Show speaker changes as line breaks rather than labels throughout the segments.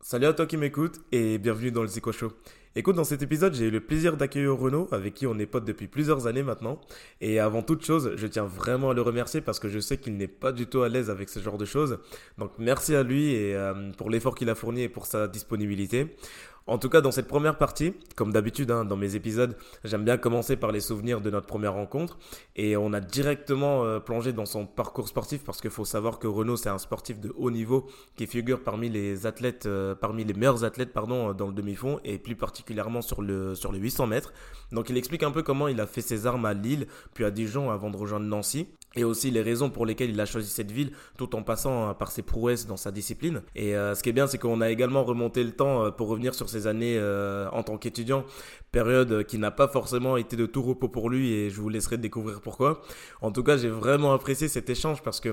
Salut à toi qui m'écoutes et bienvenue dans le Zico Show. Écoute, dans cet épisode, j'ai eu le plaisir d'accueillir Renaud, avec qui on est potes depuis plusieurs années maintenant. Et avant toute chose, je tiens vraiment à le remercier parce que je sais qu'il n'est pas du tout à l'aise avec ce genre de choses. Donc merci à lui et euh, pour l'effort qu'il a fourni et pour sa disponibilité. En tout cas, dans cette première partie, comme d'habitude hein, dans mes épisodes, j'aime bien commencer par les souvenirs de notre première rencontre. Et on a directement euh, plongé dans son parcours sportif parce qu'il faut savoir que Renault, c'est un sportif de haut niveau qui figure parmi les athlètes, euh, parmi les meilleurs athlètes pardon, euh, dans le demi-fond et plus particulièrement sur, le, sur les 800 mètres. Donc il explique un peu comment il a fait ses armes à Lille, puis à Dijon avant de rejoindre Nancy et aussi les raisons pour lesquelles il a choisi cette ville tout en passant hein, par ses prouesses dans sa discipline. Et euh, ce qui est bien, c'est qu'on a également remonté le temps euh, pour revenir sur ses années euh, en tant qu'étudiant, période euh, qui n'a pas forcément été de tout repos pour lui et je vous laisserai découvrir pourquoi. En tout cas, j'ai vraiment apprécié cet échange parce que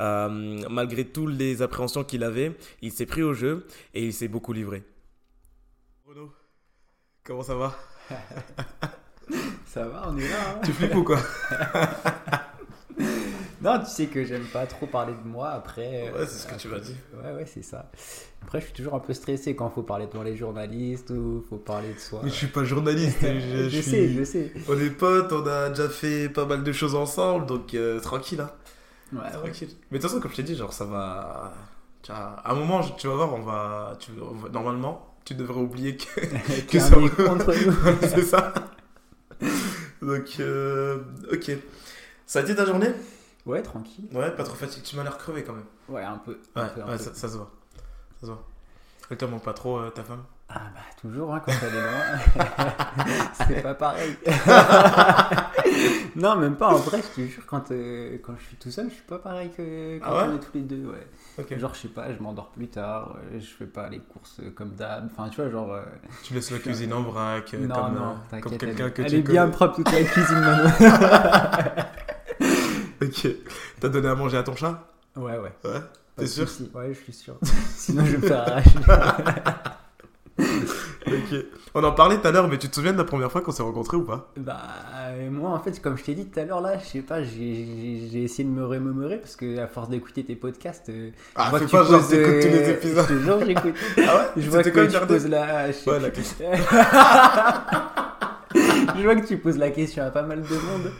Euh, malgré toutes les appréhensions qu'il avait, il s'est pris au jeu et il s'est beaucoup livré. Renaud, comment ça va
Ça va, on est là. hein.
Tu flippes ou quoi
non, tu sais que j'aime pas trop parler de moi après. euh,
Ouais, c'est ce que tu m'as dit.
Ouais, ouais, c'est ça. Après, je suis toujours un peu stressé quand faut parler devant les journalistes ou faut parler de soi.
Mais je suis pas journaliste, je, je suis...
sais, je sais.
On est potes, on a déjà fait pas mal de choses ensemble, donc euh, tranquille, hein.
Ouais, ouais.
Tranquille. Mais de toute façon, comme je t'ai dit, genre, ça va. tu vois, à un moment, je- tu vas voir, on va. Tu... on va- Normalement, tu devrais oublier que.
Qu'il y a
ça
un mec
va.
contre nous.
C'est ça. donc, euh, ok. Ça a été ta journée
Ouais, tranquille.
Ouais, pas trop fatigué. Tu m'as l'air crevé quand même.
Ouais, un peu.
Ouais,
un peu, un
ouais,
peu.
ça, ça se voit. Ça se voit. Elle te manque pas trop, euh, ta femme
Ah bah toujours hein, quand elle est loin. c'est pas pareil. non, même pas en vrai, je te jure, quand, euh, quand je suis tout seul, je suis pas pareil que quand
Ah ouais
on est tous les deux. Ouais.
Ok.
Genre, je sais pas, je m'endors plus tard, euh, je fais pas les courses euh, comme d'hab. Enfin, tu vois, genre. euh,
Tu laisses la cuisine en braque, euh,
non,
comme,
non,
euh, comme
t'inquiète,
quelqu'un
elle,
que
elle
tu
est bien
connais.
propre toute la cuisine maintenant.
Ok. T'as donné à manger à ton chat
Ouais, ouais.
Ouais.
pas de
T'es sûr
soucis. Ouais, je suis sûr. Sinon, je vais me faire arracher.
Ok. On en parlait tout à l'heure, mais tu te souviens de la première fois qu'on s'est rencontrés ou pas
Bah, euh, moi, en fait, comme je t'ai dit tout à l'heure, là, je sais pas, j'ai- j'ai j'ai essayé de me remémorer parce que, à force d'écouter tes podcasts, euh, je vois
Ah, fais
que tu poses, euh, Je te jure, j'écoute.
Ah ouais
Je vois que
C'était
tu
quoi le
poses la. je sais
Ouais, la
plus. Je vois que tu poses la question à pas mal de monde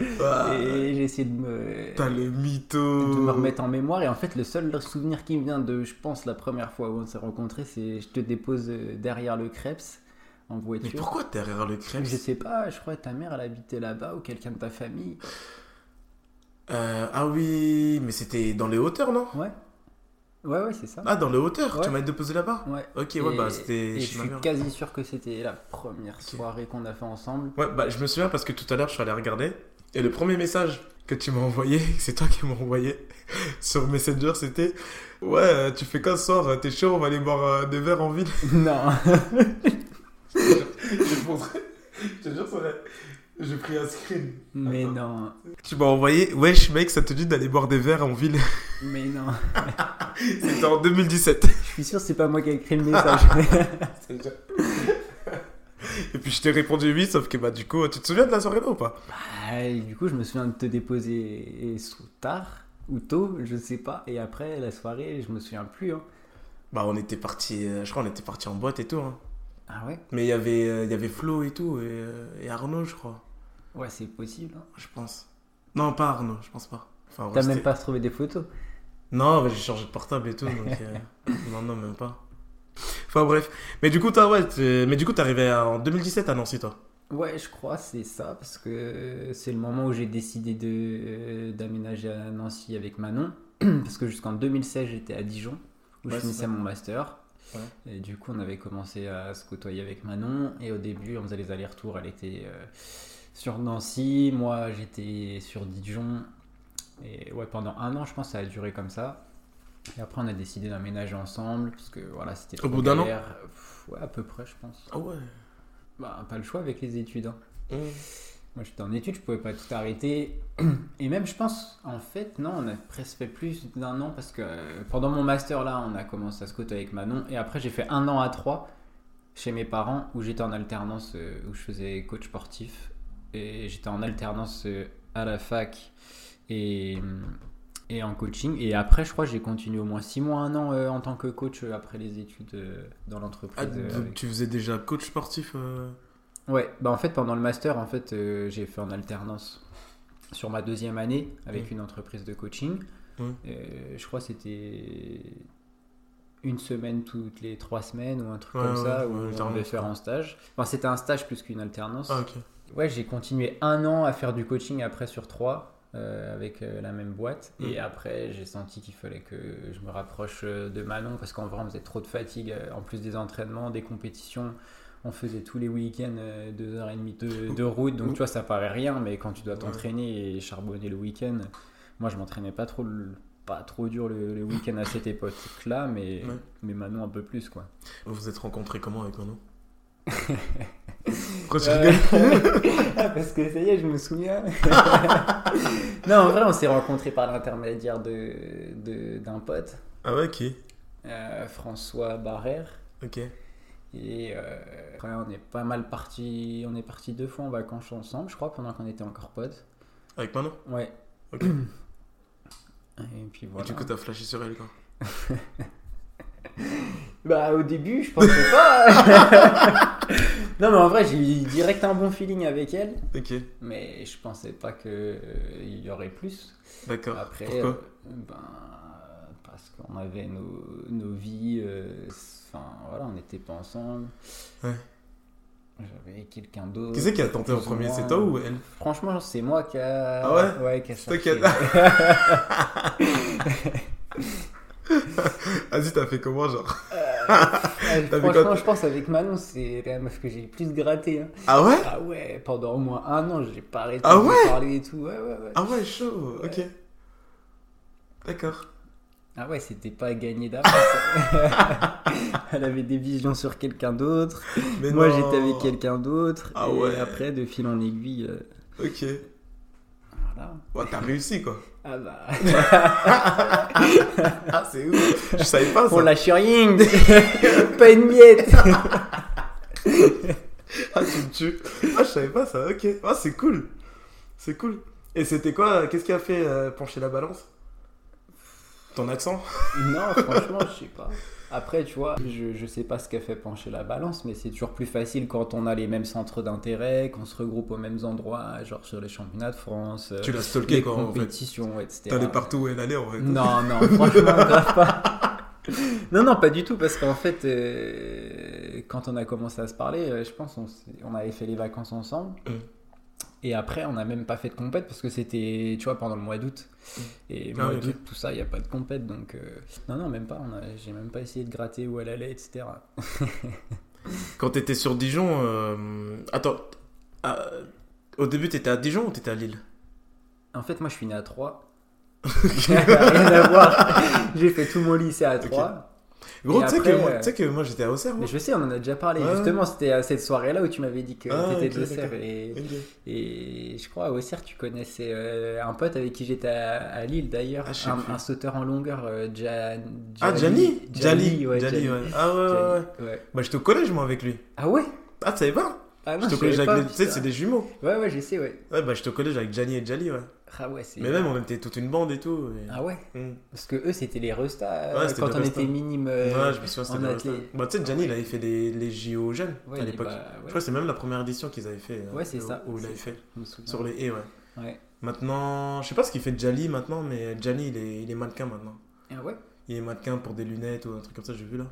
et j'ai essayé de me,
Ah, T'as le mytho.
de me remettre en mémoire. Et en fait, le seul souvenir qui me vient de, je pense, la première fois où on s'est rencontrés, c'est je te dépose euh, derrière le Krebs en
Mais
voiture.
pourquoi derrière le crème
je sais pas, je crois que ta mère elle habitait là-bas ou quelqu'un de ta famille.
euh, Ah oui, mais c'était dans les hauteurs, non
Ouais. Ouais, ouais, c'est ça.
Ah, dans les hauteurs Tu
Ouais.
m'as déposé là-bas
Ouais.
Ok, ouais,
Et-
bah
et
c'était
je
chez ma
suis
mère.
quasi sûr que c'était la première soirée qu'on a fait ensemble.
Ouais, bah je me souviens parce que tout à l'heure je suis allé regarder et le premier message que tu m'as envoyé, c'est toi qui m'as envoyé sur Messenger, c'était Ouais, euh, tu fais quoi ce soir T'es chaud, on va aller boire euh, des verres en ville
non.
Je te montrerai. Je te jure, ça va. J'ai pris un screen.
Mais
Attends.
non.
Tu m'as envoyé, wesh mec, ça te dit d'aller boire des verres en ville.
Mais non.
C'était en 2017.
Je suis sûr que c'est pas moi qui ai écrit le message.
Et puis je t'ai répondu oui, sauf que bah du coup, tu te souviens de la soirée là ou pas
Ah, et du coup, je me souviens de te déposer sous tard ou tôt, je sais pas. Et après, la soirée, je me souviens plus. hein.
Bah on était parti, je crois on était parti en boîte et tout. hein.
Ah ouais
Mais il y avait, euh, il y avait Flo et tout et, euh, et Arnaud, je crois,
Ouais, c'est possible. hein.
je pense. Non, pas Arnaud, je pense pas. Enfin, ouais,
T'as
c'était-
même pas retrouvé des photos.
Non, mais j'ai changé de portable et tout, donc euh, non, non, même pas. Enfin bref, mais du coup t'as ouais, t'es- mais du coup t'es arrivé à- en 2017 à Nancy toi.
Ouais, je crois c'est ça parce que c'est le moment où j'ai décidé de euh, d'aménager à Nancy avec Manon parce que jusqu'en 2016 j'étais à Dijon où
Ouais,
je
c'est ça.
finissais mon master.
Ouais.
Et du coup, on avait commencé à se côtoyer avec Manon et au début, on faisait les allers-retours, elle était euh, sur Nancy, moi j'étais sur Dijon et ouais, pendant un an, je pense ça a duré comme ça. Et après, on a décidé d'aménager ensemble parce que voilà, c'était
Au
trop
bout d'un an
galère. Pff, Ouais, à peu près, je pense.
Ah ouais.
Bah, pas le choix avec les études. hein.
Mmh.
Moi, j'étais en études, je pouvais pas tout arrêter. Et même, je pense, en fait, non, on a presque fait plus d'un an parce que euh, pendant mon master, là, on a commencé à se côtoyer avec Manon. Et après, j'ai fait un an à trois chez mes parents où j'étais en alternance, euh, où je faisais coach sportif. Et j'étais en alternance euh, à la fac et, et en coaching. Et après, je crois que j'ai continué au moins 6 mois, 1 an euh, en tant que coach euh, après les études euh, dans
Ah,
l'entreprise.
d-
euh, avec-
Tu faisais déjà coach sportif euh,
Ouais, bah en fait, pendant le master, en fait, euh, j'ai fait en alternance sur ma deuxième année avec
Mm.
une entreprise de coaching.
Mm.
Euh, je crois que c'était une semaine toutes les trois semaines ou un truc
Ouais,
comme
ouais,
ça, où
ouais,
on devait
alternance,
faire un stage. Enfin, c'était un stage plus qu'une alternance.
Ah, ok.
Ouais, j'ai continué un an à faire du coaching après sur trois euh, avec euh, la même boîte.
Mm.
Et après, j'ai senti qu'il fallait que je me rapproche euh, de Manon parce qu'en vrai, on faisait trop de fatigue. euh, En plus des entraînements, des compétitions, on faisait tous les week-ends euh, deux heures et demie de, de route. Donc,
Ouh.
tu vois, ça paraît rien, mais quand tu dois
Mm. Ouais.
t'entraîner et charbonner le week-end, moi, je m'entraînais pas trop, le- pas trop dur le, le week-end à cette époque-là, mais,
Ouais.
mais Manon un peu plus, quoi.
Vous vous êtes rencontrés comment avec Manon Pourquoi tu
Euh,
rigoles
Ah, parce que ça y est, je me souviens. non, en vrai, on s'est rencontrés par l'intermédiaire de, de- d'un pote,
Ah ouais, qui
euh, François Barrère.
Ok.
Et euh, après, on est pas mal parti. On est parti deux fois en vacances ensemble, je crois, pendant qu'on était encore potes.
Avec Manon
Ouais.
Ok.
Et puis voilà.
Et du coup, t'as flashé sur elle, quoi.
Bah au début je pensais pas. non mais en vrai j'ai eu direct un bon feeling avec elle,
Ok,
mais je pensais pas que euh, il y aurait plus.
d'accord.
Après,
Pourquoi
euh, ben, parce qu'on avait nos, nos vies, euh, enfin voilà, on n'était pas ensemble.
Ouais.
J'avais quelqu'un d'autre.
Qui c'est qui a tenté en
plus euh,
premier
moi.
C'est toi ou elle
Franchement, c'est moi qui a.
Ah ouais
qui a
C'est toi
cherché.
qui Vas-y, t'as fait comment, genre
Ouais,
T'as vu
Franchement,
quoi
je pense avec Manon, c'est la meuf que j'ai le plus gratté. hein.
Ah ouais
Ah ouais, pendant au moins un an, j'ai pas arrêté
Ah
de
ouais
parler et tout. Ouais, ouais, ouais.
Ah ouais, chaud, ok. D'accord.
Ah ouais, c'était pas gagné d'avance. Elle avait des visions sur quelqu'un d'autre.
Mais
Moi
non.
j'étais avec quelqu'un d'autre
Ah
et
ouais.
après de fil en aiguille euh,
Ok.
voilà.
Ouais, t'as réussi, quoi.
Ah bah
Ah, c'est ouf Je savais pas
on
ça.
lâche rien pas une miette.
Ah, tu me tues. Ah, je savais pas ça, ok. Ah, c'est cool. C'est cool. Et c'était quoi Qu'est-ce qui a fait euh, pencher la balance Ton accent
non franchement je sais pas. Après tu vois je, je sais pas ce qu'a fait pencher la balance mais c'est toujours plus facile quand on a les mêmes centres d'intérêt qu'on se regroupe aux mêmes endroits genre sur les championnats de France. euh,
Tu l'as
les
stalké, quoi, en fait.
compétitions etc.
T'allais partout où elle allait, en fait.
Non, non, franchement, grave pas. Non, non, pas du tout, parce qu'en fait, euh, quand on a commencé à se parler, euh, je pense on, s'est- on avait fait les vacances ensemble.
Mm.
Et après, on n'a même pas fait de compète parce que c'était, tu vois, pendant le mois d'août. Et
Ah
mois
oui, ok.
d'août, tout ça, il n'y a pas de compète. Donc, euh, non, non, même pas. on a- J'ai même pas essayé de gratter où elle allait, etc.
Quand t'étais sur Dijon, euh, attends, à- au début t'étais à Dijon ou t'étais à Lille
En fait, moi, je suis né à Troyes. Rien à voir. J'ai fait tout mon lycée à Troyes.
Gros,
Et
tu sais que,
après,
moi-
euh,
tu sais que moi j'étais à Auxerre,
Mais
moi.
je sais, on en a déjà parlé.
Ouais.
Justement, c'était à cette soirée-là où tu m'avais dit que
Ah,
t'étais de
ok,
Auxerre.
d'accord.
Et,
Ok.
et je crois, à Auxerre, tu connaissais euh, un pote avec qui j'étais à, à Lille d'ailleurs,
Ah, je sais
un,
plus.
un sauteur en longueur, euh, Jan-
Ah, Gianni
Gianni, ouais.
Gianni,
Gianni.
ouais. Ah ouais, ouais, ouais.
Gianni, ouais.
Bah j'étais au collège, moi, avec lui.
Ah ouais
Ah, tu savais pas
Ah non,
J'étais au
je
collège
savais
avec
pas,
les- Tu sais,
putain.
c'est des jumeaux.
Ouais, ouais, je sais, ouais.
Ouais, bah j'étais au collège avec Gianni et Jali, ouais.
Ah ouais, c'est...
Mais même, on était toute une bande et tout. et-
Ah ouais
Mm.
Parce que eux, c'était les restas
Ouais,
euh,
c'était
quand
des
on
restas.
était minime. euh,
ouais, je me souviens, c'était
en
des
athlé-
restos. Bah, tu sais, Gianni, il avait fait les, les JO jeunes à l'époque. Je crois que c'est même la première édition qu'ils avaient fait. euh,
Ouais, c'est
où-
ça.
Où il avait
C'est-
fait. Sur les haies, ouais.
Ouais.
Maintenant, je sais pas ce qu'il fait Jali maintenant, mais Jali, il est, il est mannequin maintenant.
Ah ouais
Il est mannequin pour des lunettes ou un truc comme ça, j'ai vu là.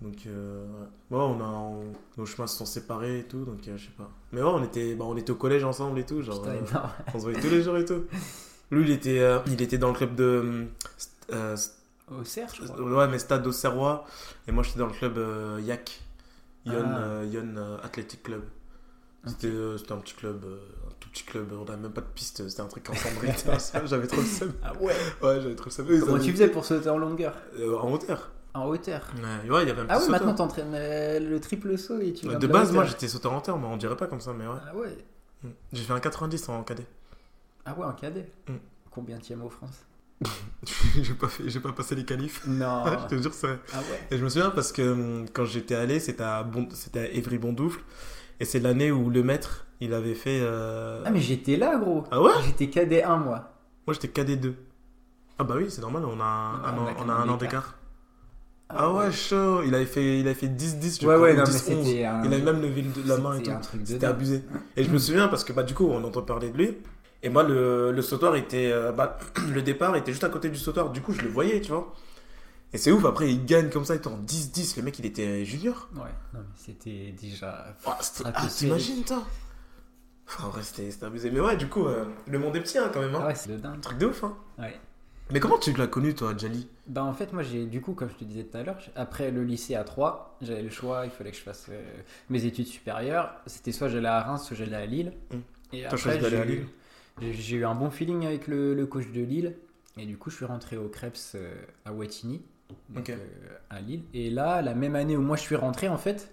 Donc, euh, ouais. Ouais, on a, on- nos chemins se sont séparés et tout, donc euh, je sais pas. Mais ouais, on était, bah, on était au collège ensemble et tout, genre,
Putain,
euh,
énorme.
on se voyait tous les jours et tout. Lui, il était, euh, il était dans le club de. euh, st- euh, st- euh,
Auxerre, je crois.
ouais, mais Stade Auxerrois, et moi j'étais dans le club euh, Yac, Yon,
Ah.
euh, Yon, euh, Athletic Club. C'était euh, c'était un petit club, euh, un tout petit club, on avait même pas de piste, c'était un truc en cendrier, j'avais trop le seum.
Ah ouais
Ouais, j'avais trouvé ça. Eux, ils
Comment
avaient-
tu faisais pour sauter en longueur
Euh, En hauteur.
En hauteur.
Ouais, ouais, il y avait un petit
Ah ouais,
sauteur.
maintenant t'entraînes euh, le triple saut et tu viens
De,
la
base,
hauteur.
moi, j'étais sauteur en hauteur, mais on dirait pas comme ça, mais ouais.
Ah ouais,
Mm. J'ai fait un 90 en cadet.
ah ouais, en cadet.
Mm.
Combien t'y aimes aux France
j'ai pas fait, j'ai pas passé les qualifs.
Non.
je te jure ça.
ah ouais.
Et je me souviens parce que hum, quand j'étais allé, c'était à bon, c'était à Évry Bondoufle, et c'est l'année où le maître, il avait fait. euh,
Ah mais Ah, j'étais là, gros.
Ah ouais
J'étais cadet 1 moi.
Moi, j'étais cadet 2. Ah bah oui, c'est normal, on a un,
Ah,
un
on a
an-
quand
on a un
même
an d'écart.
d'écart.
Ah ouais, chaud Il avait fait, il avait fait 10-10, je
Ouais,
crois,
ouais,
ou
non, mais
10-11.
c'était un-
Il avait même levé le- la main et
c'était
tout.
un truc de
C'était
dingue.
abusé. Et je me souviens parce que bah, du coup, on entend parler de lui. Et moi, le, le sautoir était. euh, bah, le départ était juste à côté du sautoir. Du coup, je le voyais, tu vois. Et c'est ouf, après, il gagne comme ça, il est en 10-10. Le mec, il était junior.
Ouais, non, mais c'était déjà.
Oh, c'était- ah,
Stratosphérique.
t'imagines, toi Enfin, en vrai, c'était c'était abusé. Mais ouais, du coup, euh, le monde est petit, hein, quand même.
Ah
Hein.
ouais, c'est de
Un
dingue.
truc de ouf, hein.
Ouais.
Mais comment tu l'as connu, toi, Jali
Bah, en fait, moi, j'ai du coup, comme je te disais tout à l'heure, j- après le lycée à 3, j'avais le choix, il fallait que je fasse euh, mes études supérieures. C'était soit j'allais à Reims, soit j'allais à Lille.
Mm.
Et
choisi d'aller à
j'ai eu-
Lille
j'ai- J'ai eu un bon feeling avec le, le coach de Lille. Et du coup, je suis rentré au Krebs euh, à Wattignies, donc,
Ok.
euh, à Lille. Et là, la même année où moi je suis rentré, en fait,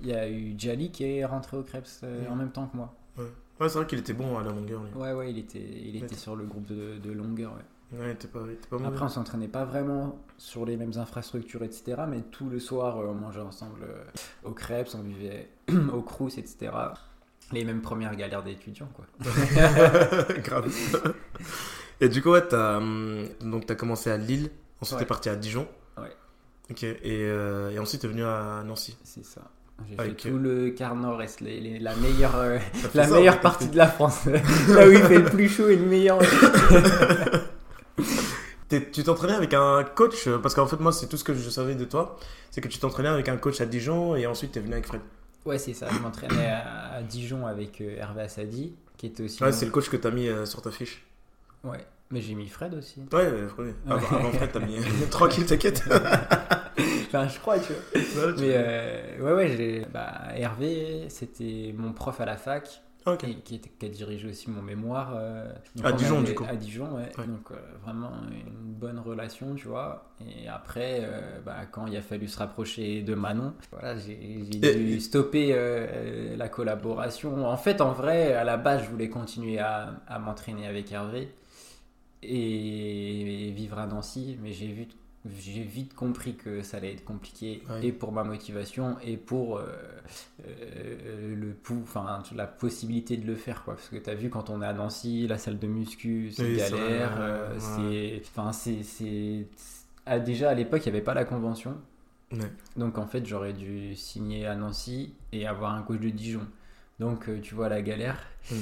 il y a eu Jali qui est rentré au Krebs euh,
Mm.
en même temps que moi.
Ouais, c'est vrai qu'il était bon à la longueur, lui.
Ouais, ouais, il était, il était
Mmh. D'accord.
sur le groupe de, de longueur. ouais.
Ouais, il était pas, il était pas mauvais.
Après, on s'entraînait pas vraiment sur les mêmes infrastructures, etc. Mais tout le soir, euh, on mangeait ensemble euh, aux crêpes, on vivait aux crous, etc. Les mêmes premières galères d'étudiants, quoi.
Grave. Et du coup, ouais, t'as, hum, donc t'as commencé à Lille, ensuite
Ouais.
t'es parti à Dijon.
Ouais.
Ok, et, euh, et ensuite t'es venu à Nancy.
C'est ça. J'ai
Avec,
fait
euh,
tout le quart nord-est, les- les- la meilleure, euh,
T'as fait
la
ça,
meilleure
ouais, t'as
partie
fait-
de la France. Là où il fait le plus chaud et le meilleur.
T'es- tu t'entraînais avec un coach, euh, parce qu'en fait, moi, c'est tout ce que je savais de toi, c'est que tu t'entraînais avec un coach à Dijon et ensuite t'es venu avec Fred.
Ouais, c'est ça. Je m'entraînais à, à Dijon avec euh, Hervé Assadi, qui était aussi.
Ouais,
mon-
c'est le coach que t'as mis euh, sur ta fiche.
Ouais. Mais j'ai mis Fred aussi.
Ouais, euh, Fred. Avant,
Ah, Ouais.
avant Fred, t'as mis. euh, Tranquille, t'inquiète.
Enfin, je crois, tu vois.
Ouais, tu-
Mais euh, ouais, ouais, j'ai. Bah, Hervé, c'était mon prof à la fac,
Ok.
et qui, était- qui a dirigé aussi mon mémoire. euh, donc
À
on
Dijon,
avait-
du coup.
À Dijon, ouais.
Ouais.
Donc, euh, vraiment une bonne relation, tu vois. Et après, euh, bah, quand il a fallu se rapprocher de Manon, voilà, j'ai j'ai
Et-
dû stopper euh, la collaboration. En fait, en vrai, à la base, je voulais continuer à, à m'entraîner avec Hervé et, et vivre à Nancy, mais j'ai vu j'ai vite compris que ça allait être compliqué
Ouais.
et pour ma motivation et pour euh, euh, le pou, enfin la possibilité de le faire quoi parce que t'as vu quand on est à Nancy la salle de muscu c'est
Oui, c'est vrai,
galère
ouais,
euh,
ouais.
c'est enfin c'est c'est ah, déjà à l'époque il n'y avait pas la convention
Ouais.
donc en fait j'aurais dû signer à Nancy et avoir un coach de Dijon donc euh, tu vois la galère
Mm.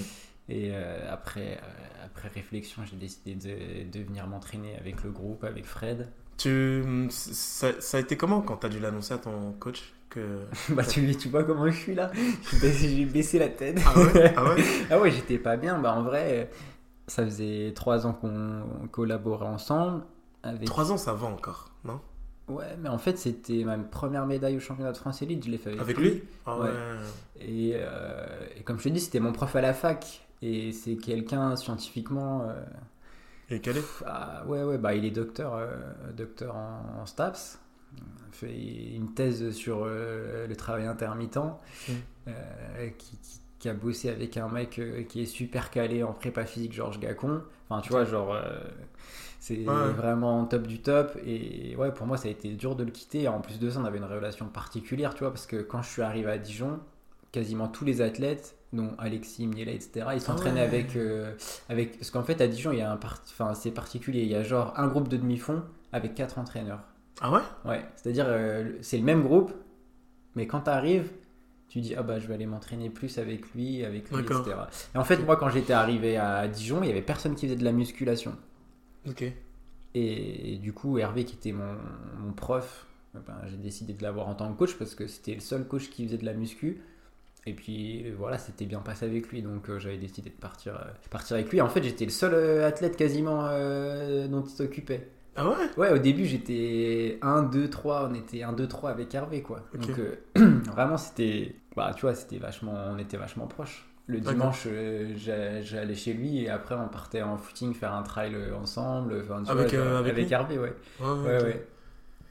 et euh, après euh, après réflexion j'ai décidé de, de venir m'entraîner avec le groupe avec Fred
Tu, hum, ça, ça a été comment quand t'as dû l'annoncer à ton coach que...
Bah tu, tu vois comment je suis là J'ai baissé, j'ai baissé la tête.
Ah ouais, ah ouais
Ah ouais, j'étais pas bien. Bah en vrai, euh, ça faisait trois ans qu'on on collaborait ensemble. Avec...
Trois ans, ça va encore, non
Ouais, mais en fait, c'était ma première médaille au championnat de France Elite. Je l'ai fait avec,
Avec lui Ah ouais.
Ouais. Et, euh, et comme je te dis, c'était mon prof à la fac. Et c'est quelqu'un scientifiquement. euh,
Et calé
pff, ah, ouais, ouais, bah il est docteur, euh, docteur en, en STAPS. Il fait une thèse sur euh, le travail intermittent.
Mm.
euh, qui, qui- qui a bossé avec un mec euh, qui est super calé en prépa physique, Georges Gacon. Enfin, tu vois, genre. euh, c'est
Ouais.
vraiment top du top et ouais pour moi ça a été dur de le quitter en plus de ça on avait une relation particulière tu vois parce que quand je suis arrivé à Dijon quasiment tous les athlètes dont Alexis Miela etc ils s'entraînaient
Ah ouais.
avec euh, avec parce qu'en fait à Dijon il y a un part- enfin c'est particulier il y a genre un groupe de demi fond avec quatre entraîneurs
Ah ouais
Ouais, c'est-à-dire, euh, le- c'est le même groupe, mais quand t'arrives, tu dis, ah bah je vais aller m'entraîner plus avec lui, avec lui,
D'accord.
etc. Et en fait, moi, quand j'étais arrivé à Dijon, il y avait personne qui faisait de la musculation.
Ok.
Et, du coup, Hervé, qui était mon, mon prof, eh ben, j'ai décidé de l'avoir en tant que coach parce que c'était le seul coach qui faisait de la muscu. Et puis euh, voilà, c'était bien passé avec lui, donc euh, j'avais décidé de partir, euh, partir avec lui. En fait, j'étais le seul euh, athlète quasiment euh, dont il s'occupait.
Ah ouais
Ouais, au début, j'étais 1, 2, 3. On était 1, 2, 3 avec Hervé, quoi.
Ok.
Donc, euh, vraiment, c'était. Bah, tu vois, c'était vachement. On était vachement proches. Le
D'accord.
dimanche, euh, j'a- j'allais chez lui et après, on partait en footing faire un trail euh, ensemble. Enfin, tu
Avec,
vois, genre,
euh, avec
avec
lui
Hervé, ouais.
Ouais,
Ouais,
ok.
ouais.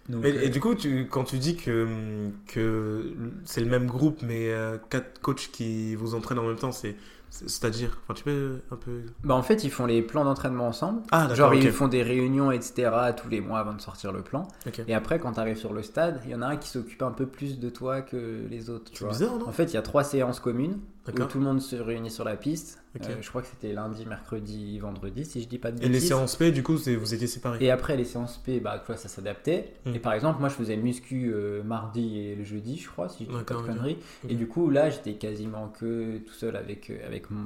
Donc,
Mais-
euh,
et du coup, tu, quand tu dis que, que c'est le même groupe, mais euh, quatre coachs qui vous entraînent en même temps, c'est C'est- C'est-à-dire, enfin, tu peux un peu.
Bah, en fait, ils font les plans d'entraînement ensemble.
Ah, d'accord.
Genre,
ok.
ils font des réunions, etc., tous les mois avant de sortir le plan.
Ok.
Et après, quand tu arrives sur le stade, il y en a un qui s'occupe un peu plus de toi que les autres. tu
C'est
vois.
bizarre, hein. non
En fait, il y a trois séances communes où
D'accord.
tout le monde se réunit sur la piste.
Ok.
Euh, je crois que c'était lundi, mercredi, vendredi, si je dis pas de
Et les
bêtises.
séances P, du coup, c'est- vous étiez séparés.
Et après, les séances P, bah, tu vois, ça s'adaptait.
Mm.
Et par exemple, moi, je faisais muscu euh, mardi et le jeudi, je crois, si je dis pas
D'accord,
de
ok.
conneries.
Ok.
Et du coup, là, j'étais quasiment que tout seul avec, euh, avec, mon,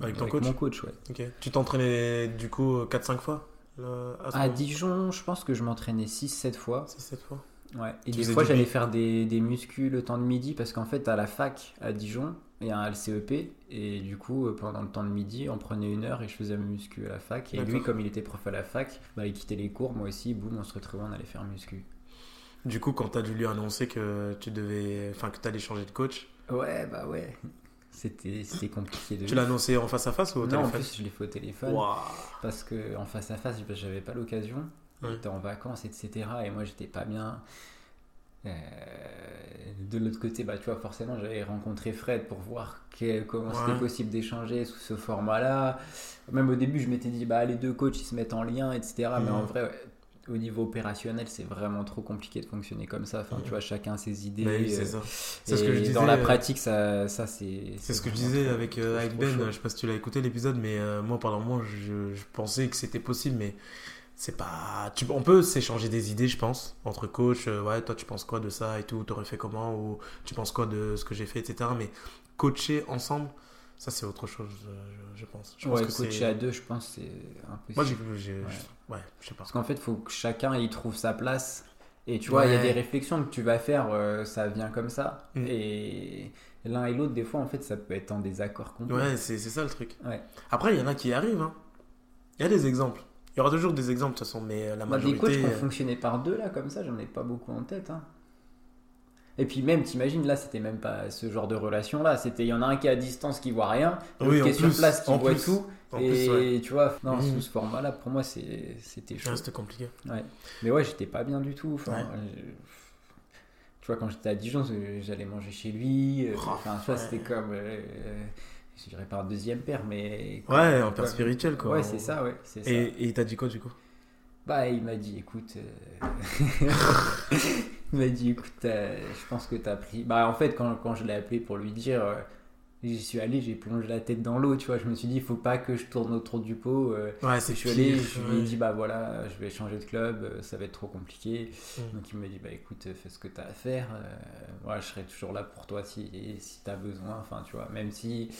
Avec ton coach
mon coach. ouais.
Ok. Tu t'entraînais du coup 4-5 fois là, ce
À
moment
Dijon, je pense que je m'entraînais 6-7 fois.
Six, sept fois.
Ouais. Et
Tu
des
faisais
fois,
du
j'allais
pi-
faire des, des muscu le temps de midi parce qu'en fait, à la fac, à Dijon, il y a un LCEP. Et du coup, euh, pendant le temps de midi, on prenait une heure et je faisais muscu à la fac. Et lui,
D'accord.
comme il était prof à la fac, bah, il quittait les cours. Moi aussi, boum, on se retrouvait, on allait faire muscu.
Du coup, quand t'as dû lui annoncer que tu devais, enfin que t'allais changer de coach,
Ouais, bah ouais. C'était c'était compliqué de.
tu l'as annoncé en face à face ou au
Non, en
téléphone
plus, je l'ai fait au téléphone.
Ouah.
Parce que en face à face, j'avais pas l'occasion.
Ouais.
J'étais en vacances, etc. Et moi, j'étais pas bien. Euh, de l'autre côté, bah, tu vois, forcément, j'avais rencontré Fred pour voir que- comment
Ouais.
c'était possible d'échanger sous ce format-là. Même au début, je m'étais dit, bah, les deux coachs, ils se mettent en lien, etc. Mais
Mhm.
en vrai, au niveau opérationnel, c'est vraiment trop compliqué de fonctionner comme ça. Enfin,
Mhm.
tu vois, chacun ses idées.
Bah oui,
euh,
c'est ça. C'est ce
et
que je disais.
Dans la
euh,
pratique, ça, ça c'est.
C'est ce que je
vraiment
disais
trop-
avec, euh,
trop-
avec
trop
Ben,
chaud.
je sais pas si tu l'as écouté l'épisode, mais euh, moi par moment je, je pensais que c'était possible, mais c'est pas. Tu, on peut s'échanger des idées, je pense, entre coach, euh, ouais, toi tu penses quoi de ça et tout, t'aurais fait comment, ou tu penses quoi de ce que j'ai fait, etc. Mais coacher ensemble, ça c'est autre chose, euh, je, je- je pense. Je pense
ouais,
que c'est-
coacher à deux, je pense, c'est impossible.
Moi j'ai. j'ai-
Ouais.
je- Ouais, je sais pas.
Parce qu'en fait, il faut que chacun y trouve sa place. Et tu vois, il y a
Ouais.
des réflexions que tu vas faire, euh, ça vient comme ça.
Mm.
Et l'un et l'autre, des fois, en fait, ça peut être en désaccord complet.
Ouais, c'est c'est ça le truc.
Ouais.
Après, il y en a qui y arrivent, hein. Il y a des exemples. Il y aura toujours des exemples de toute façon, mais euh, la
Moi, Bah, des coachs
majorité.
qui ont
euh,
fonctionné par deux, là, comme ça, j'en ai pas beaucoup en tête. hein. Et puis même, t'imagines, là, c'était même pas ce genre de relation-là. C'était, il y en a un qui est à distance qui voit rien, l'autre
Oui,
qui
en
est
plus,
sur place qui
en
voit
plus,
tout.
en
et
plus, ouais.
tu vois, non,
Mm. Ah,
sous ce format-là, pour moi, c'est- c'était chaud.
Ouais, c'était compliqué.
Mais ouais, j'étais pas bien du tout. Enfin,
Ouais.
je- Tu vois, quand j'étais à Dijon, euh, j'allais manger chez lui. euh,
Oh,
Enfin, tu vois,
ouais.
c'était comme. euh, Je dirais pas un deuxième père, mais.
Ouais,
comme-
un père
comme-
spirituel, quoi.
Ouais, c'est ça, ouais. c'est
Et,
ça.
et il t'a dit quoi, du coup
Bah, il m'a dit, écoute. euh, il m'a dit, écoute, euh, je pense que t'as pris. Bah, en fait, quand, quand je l'ai appelé pour lui dire. euh, J'y suis allé, j'ai plongé la tête dans l'eau, tu vois. Je me suis dit, il faut pas que je tourne autour du pot. euh,
Ouais,
je suis allé, je lui ai dit bah voilà, je vais changer de club, euh, ça va être trop compliqué.
Mm.
Donc il m'a dit bah écoute, euh, fais ce que t'as à faire. euh, voilà, je serai toujours là pour toi si si t'as besoin. Enfin tu vois, même si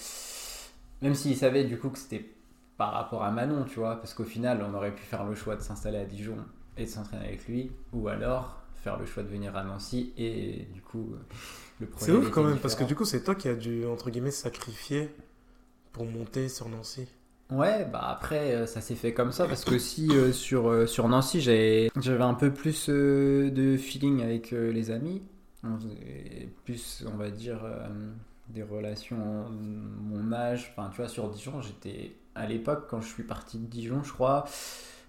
même s'il savait du coup que c'était par rapport à Manon, tu vois, parce qu'au final on aurait pu faire le choix de s'installer à Dijon et de s'entraîner avec lui, ou alors faire le choix de venir à Nancy et du coup euh, le projet.
C'est ouf
était
quand même, parce que
différent.
du coup, c'est toi qui as dû, entre guillemets, sacrifier pour monter sur Nancy.
Ouais, bah après, euh, ça s'est fait comme ça parce que si euh, sur, euh, sur Nancy, j'ai- j'avais un peu plus euh, de feeling avec euh, les amis, on faisait plus, on va dire, euh, des relations en mon âge. Enfin, tu vois, sur Dijon, j'étais à l'époque, quand je suis parti de Dijon, je crois,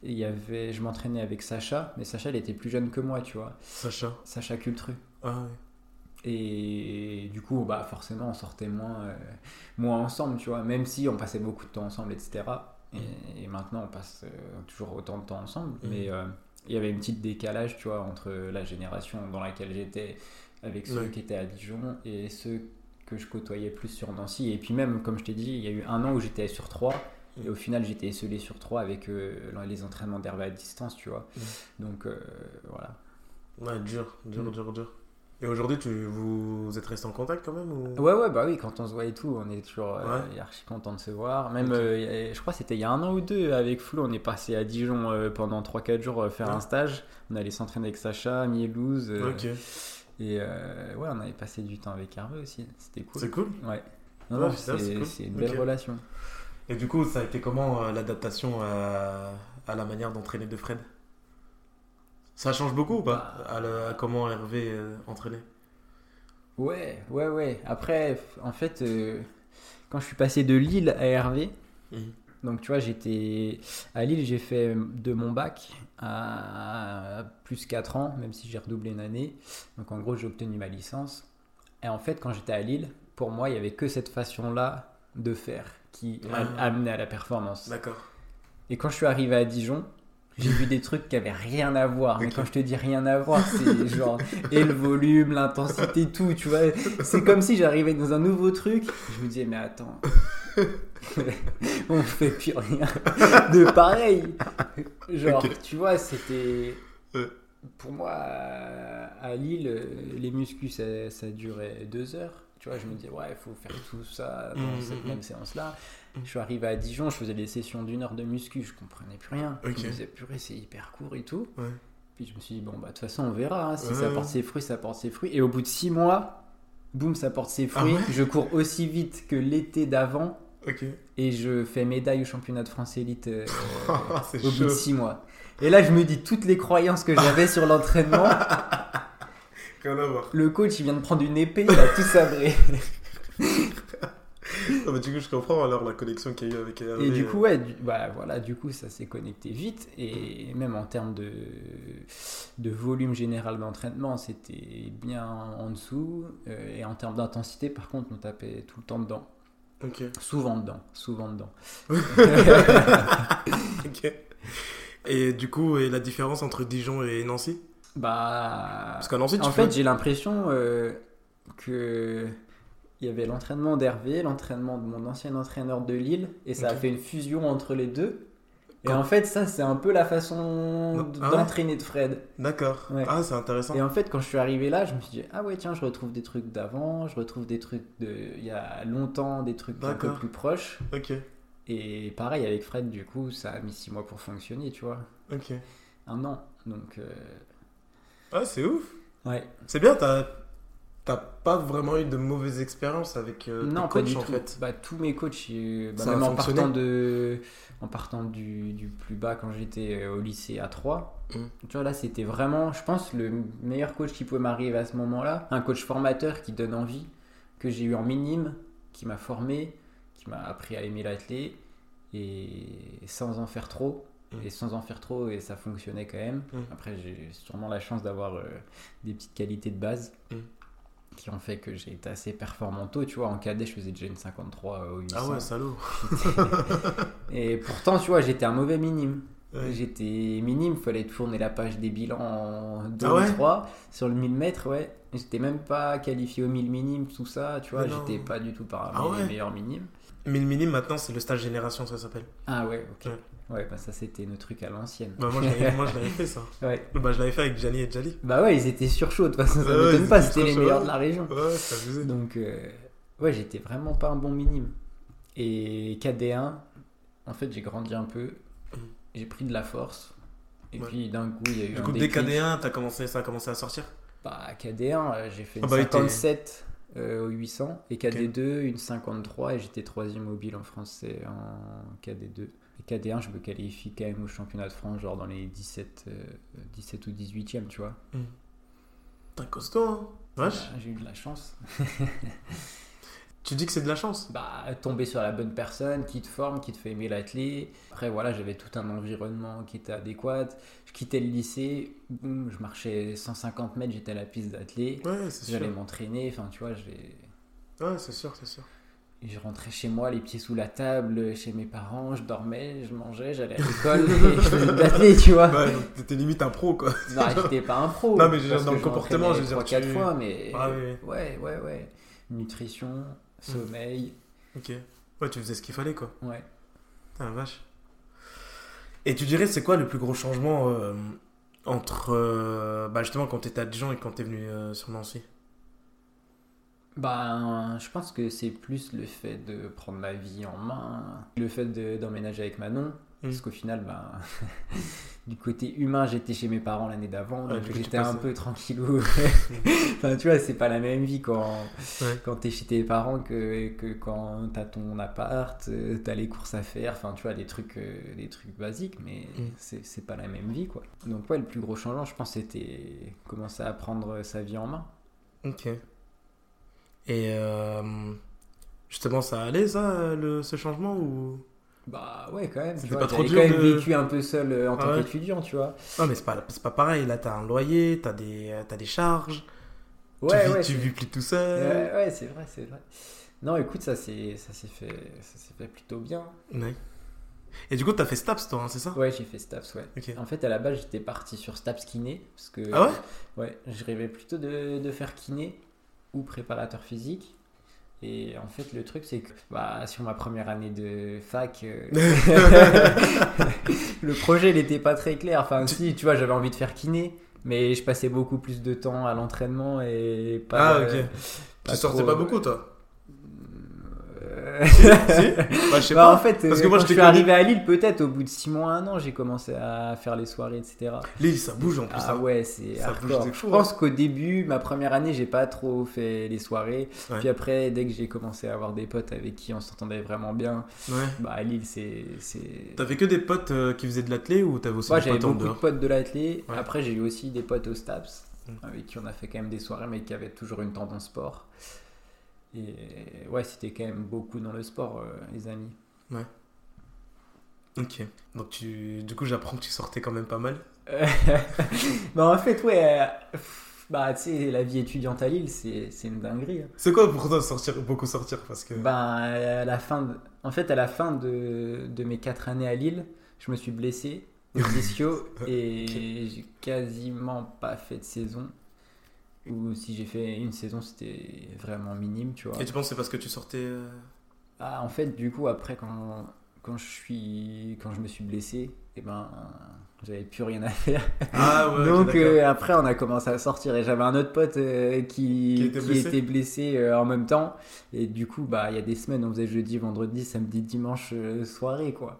il y avait, je m'entraînais avec Sacha, mais Sacha, elle était plus jeune que moi, tu vois,
Sacha.
Sacha Cultru.
Ah ouais.
Et du coup, bah forcément, on sortait moins, euh, moins ensemble, tu vois, même si on passait beaucoup de temps ensemble, etc. Et, et maintenant, on passe euh, toujours autant de temps ensemble,
Mm.
mais euh, il y avait une petite décalage, tu vois, entre la génération dans laquelle j'étais avec ceux
Ouais.
qui étaient à Dijon et ceux que je côtoyais plus sur Nancy. Et puis même, comme je t'ai dit, il y a eu un an où j'étais sur trois, et au final, j'étais esselé sur trois avec euh, les entraînements d'herbe à distance, tu vois.
Mm.
Donc, euh, voilà.
Ouais, dur, dur,
Mm.
dur, dur. Et aujourd'hui, tu vous vous êtes resté en contact quand même ou...
Ouais, ouais, bah oui, quand on se voit et tout, on est toujours euh,
Ouais.
archi content de se voir. Même,
Ok.
euh, y a- je crois que c'était il y a un an ou deux avec Flo, on est passé à Dijon euh, pendant 3-4 jours euh, faire
Ouais.
un stage. On allait s'entraîner avec Sacha, Mielouz. euh,
Ok,
Et euh, ouais, on avait passé du temps avec Hervé aussi, c'était cool.
c'est cool.
Ouais. Non,
Ouais,
non,
putain, c'est
c'est
cool.
c'est une belle
Ok.
relation.
Et du coup, ça a été comment euh, l'adaptation à... à la manière d'entraîner de Fred Ça change beaucoup ou pas
Bah.
à, la- à comment Hervé euh, entraînait
Ouais, ouais, ouais. Après, f- en fait, euh, quand je suis passé de Lille à Hervé,
Mhm.
donc tu vois, j'étais à Lille, j'ai fait de mon bac à plus 4 ans, même si j'ai redoublé une année. Donc en gros, j'ai obtenu ma licence. Et en fait, quand j'étais à Lille, pour moi, il n'y avait que cette façon-là de faire qui a
Ah.
amené à la performance.
D'accord.
Et quand je suis arrivé à Dijon, j'ai vu des trucs qui avaient rien à voir. Mais
Ok.
quand je te dis rien à voir, c'est genre et le volume, l'intensité, tout, tu vois. C'est comme si j'arrivais dans un nouveau truc. Je me disais mais attends, on fait plus rien de pareil. Genre,
Ok.
tu vois, c'était
Ouais.
pour moi à Lille, les muscles ça, ça durait deux heures. Tu vois, je me disais ouais, il faut faire tout ça dans
Mhm,
cette
mhm.
même séance là.
Mhm.
Je suis arrivé à Dijon, je faisais des sessions d'une heure de muscu, je comprenais plus rien.
Ok.
Je me disais, purée, c'est hyper court et tout.
Ouais.
Puis je me suis dit, bon, bah, de toute façon, on verra. hein. Si
Ouais,
ça
ouais.
porte ses fruits, ça porte ses fruits. Et au bout de six mois, boum, ça porte ses fruits.
Ah ouais
je cours aussi vite que l'été d'avant
Ok.
et je fais médaille au championnat de France élite euh,
Oh, c'est
au bout
chaud.
de six mois. Et là, je me dis, toutes les croyances que j'avais sur l'entraînement,
Rien à voir.
le coach, il vient de prendre une épée, il a tout sabré.
Ah, mais du coup, je comprends alors la connexion qu'il y a eu avec Hervé.
Et du coup, ouais, du- bah, voilà, du coup, ça s'est connecté vite. Et même en termes de, de volume général d'entraînement, c'était bien en dessous. Euh, et en termes d'intensité, par contre, on tapait tout le temps dedans.
euh, Ok.
Souvent dedans, souvent dedans.
Ok. Et du coup, et la différence entre Dijon et Nancy
bah,
Parce qu'à Nancy, tu
en
fais-
fait, j'ai l'impression euh, que il y avait l'entraînement d'Hervé, l'entraînement de mon ancien entraîneur de Lille, et ça
Ok.
a fait une fusion entre les deux. Et
Quand-
en fait, ça, c'est un peu la façon
Ah ouais
d'entraîner de Fred.
D'accord.
Ouais.
Ah, c'est intéressant.
Et en fait, quand je suis arrivé là, je me suis dit, ah ouais, tiens, je retrouve des trucs d'avant, je retrouve des trucs de, il y a longtemps, des trucs un peu
D'accord.
plus proches.
Ok.
Et pareil, avec Fred, du coup, ça a mis six mois pour fonctionner, tu vois.
Ok.
Un an. Donc, euh,
Ah, c'est ouf.
ouais.
C'est bien, t'as. T'as pas vraiment eu de mauvaises expériences avec euh,
non,
tes
pas
coachs
du
en
tout.
fait.
Bah, tous mes coachs, euh, bah,
Ça a
même en
fonctionné.
partant, de, en partant du, du plus bas quand j'étais euh, au lycée à 3,
Mm.
tu vois, là, c'était vraiment, je pense, le meilleur coach qui pouvait m'arriver à ce moment-là. Un coach formateur qui donne envie, que j'ai eu en minime, qui m'a formé, qui m'a appris à aimer l'athlé, et sans en faire trop.
Mm.
Et sans en faire trop, et ça fonctionnait quand même.
Mm.
Après, j'ai sûrement la chance d'avoir euh, des petites qualités de base
Mm.
qui ont fait que j'ai été assez performant tôt. Tu vois, en cadet, je faisais déjà une 53 au 800.
Ah ouais, salaud.
Et pourtant, tu vois, j'étais un mauvais minime.
Ouais.
J'étais minime, fallait tourner la page des bilans en 2
Ah ouais
ou 3 sur le 1000 mètres, ouais. J'étais même pas qualifié au 1000 minime, tout ça, tu vois,
Mais non.
j'étais pas du tout parmi
Ah ouais
les meilleurs minimes.
Mais le minime maintenant, c'est le stage génération, ça s'appelle.
Ah ouais, ok. Ouais, bah ça c'était nos trucs à l'ancienne.
Bah, moi, je l'avais- moi, je l'avais fait ça.
ouais.
Bah, je l'avais fait avec Gianni et Jali.
Bah ouais, ils étaient sur chaud, de toute façon, ça
Ouais,
m'étonne
ils
pas,
étaient
c'était les
surchauds.
meilleurs de la région.
Ouais, ça faisait.
Donc, euh, ouais, j'étais vraiment pas un bon minime. Et KD1, en fait, j'ai grandi un peu, j'ai pris de la force. Et
Mm. Ouais.
puis d'un coup, il y a eu
Du
un
coup, dès
déclic.
KD1, t'as commencé, ça a commencé à sortir
Bah, KD1, euh, j'ai fait une
Ah bah, et t'es-
57 euh, au 800 et KD2 une 53 et j'étais troisième mobile en français en KD2. Et KD1, je me qualifie quand même au championnat de France, genre dans les 17, euh, 17 ou 18e, tu vois.
T'as costaud, hein Vache.
Bah, j'ai eu de la chance.
Tu dis que c'est de la chance
bah, tomber sur la bonne personne qui te forme, qui te fait aimer l'athlé. Après, voilà, j'avais tout un environnement qui était adéquat. Je quittais le lycée, boum, je marchais 150 mètres, j'étais à la piste d'athlé.
Ouais, c'est sûr.
J'allais m'entraîner, enfin, tu vois, j'ai-
Ouais, c'est sûr, c'est sûr.
et Je rentrais chez moi, les pieds sous la table, chez mes parents, je dormais, je mangeais, j'allais à l'école et je faisais de l'athlé, tu vois.
Ouais, Ah bah, donc t'étais limite un pro, quoi.
Non, j'étais pas un pro.
Non, mais je veux dire,
parce
dans
que
le comportement,
m'entraînais
je veux dire,
trois, quatre
tu-
fois, mais.
Ah, oui, Mm.
Ouais, ouais, ouais. Nutrition, sommeil,
Ok. Ouais, tu faisais ce qu'il fallait, quoi.
ouais.
Putain, la vache. Et tu dirais, c'est quoi le plus gros changement euh, entre. euh, bah, justement, quand t'étais à Dijon et quand t'es venu euh, sur Nancy
Ben, je pense que c'est plus le fait de prendre ma vie en main, le fait de- d'emménager avec Manon,
Mm.
parce qu'au final, ben, du côté humain, j'étais chez mes parents l'année d'avant,
Ouais,
donc
du coup, tu
j'étais un
passes-
peu tranquillou. enfin, tu vois, c'est pas la même vie quand,
Ouais.
quand t'es chez tes parents que, que quand t'as ton appart, euh, t'as les courses à faire, enfin, tu vois, des trucs, euh, des trucs basiques, mais
Mm.
c'est c'est pas la même vie, quoi. Donc, ouais, le plus gros changement, je pense, c'était commencer à prendre sa vie en main.
Ok. Et. euh, justement, ça allait, ça, euh, le, ce changement ou...
Bah ouais, quand même. tu
C'était
vois,
pas trop
j'avais
dur
quand même
de-
vécu un peu seul euh, en
Ah
tant
ouais.
qu'étudiant, tu vois.
Non, mais c'est pas, c'est pas pareil. Là, t'as un loyer, t'as des, t'as des charges. tu
Ouais,
vis-
ouais,
tu
c'est-
vis plus tout seul.
Ouais, ouais, c'est vrai, c'est vrai. Non, écoute, ça s'est ça s'est fait, ça s'est fait plutôt bien.
Ouais. Et du coup, t'as fait Staps, toi, hein, c'est ça
Ouais, j'ai fait Staps, ouais.
Ok.
En fait, à la base, j'étais parti sur Staps kiné. Parce que,
Ah ouais
Ouais, je rêvais plutôt de, de faire kiné ou préparateur physique. Et en fait, le truc, c'est que bah, sur ma première année de fac, euh, le projet il n'était pas très clair. Enfin,
Tu-
si, tu vois, j'avais envie de faire kiné, mais je passais beaucoup plus de temps à l'entraînement et pas.
Ah, ok.
euh,
tu sortais
trop-
pas beaucoup, toi
euh,
Si, si Bah, je sais
bah,
pas.
en fait,
parce
euh,
que moi,
quand
je
je,
t'ai
suis
connu-
arrivé à Lille, peut-être au bout de 6 mois, 1 an, j'ai commencé à faire les soirées, etc.
Lille, ça bouge en plus.
Ah
hein.
ouais, c'est
ça bouge
hardcore.
de fou, hein.
Je pense qu'au début, ma première année, j'ai pas trop fait les soirées.
Ouais.
Puis après, dès que j'ai commencé à avoir des potes avec qui on s'entendait vraiment bien,
Ouais.
bah à Lille, c'est. c'est-
T'avais que des potes euh, qui faisaient de l'athlé ou t'avais aussi
Moi,
des
j'avais
potes en
beaucoup de
dehors
potes de l'athlé.
Ouais.
Après, j'ai eu aussi des potes au STAPS,
Mm.
avec qui on a fait quand même des soirées, mais qui avaient toujours une tendance sport. Et ouais, c'était quand même beaucoup dans le sport, euh, les amis.
Ok. Donc, tu... du coup, j'apprends que tu sortais quand même pas mal.
Euh, bah en fait, ouais, euh, pff, bah tu sais, la vie étudiante à Lille, c'est c'est une dinguerie. hein.
C'est quoi pour toi sortir, beaucoup sortir Parce que.
Ben, à la fin de- En fait, à la fin de, de mes 4 années à Lille, je me suis blessé au ischio et j'ai quasiment pas fait de saison. Ou si j'ai fait une saison, c'était vraiment minime, tu vois.
Et tu penses que c'est parce que tu sortais. euh,
Ah, en fait, du coup, après, quand, quand, je, suis, quand je me suis blessé, et ben, j'avais plus rien à faire.
Ah ouais, ok,
Donc
d'accord.
euh, après, on a commencé à sortir et j'avais un autre pote euh,
Qui
qui, qui
était
était
blessé.
blessé, euh, en même temps. Et du coup, bah, il y a des semaines, on faisait jeudi, vendredi, samedi, dimanche, euh, soirée, quoi.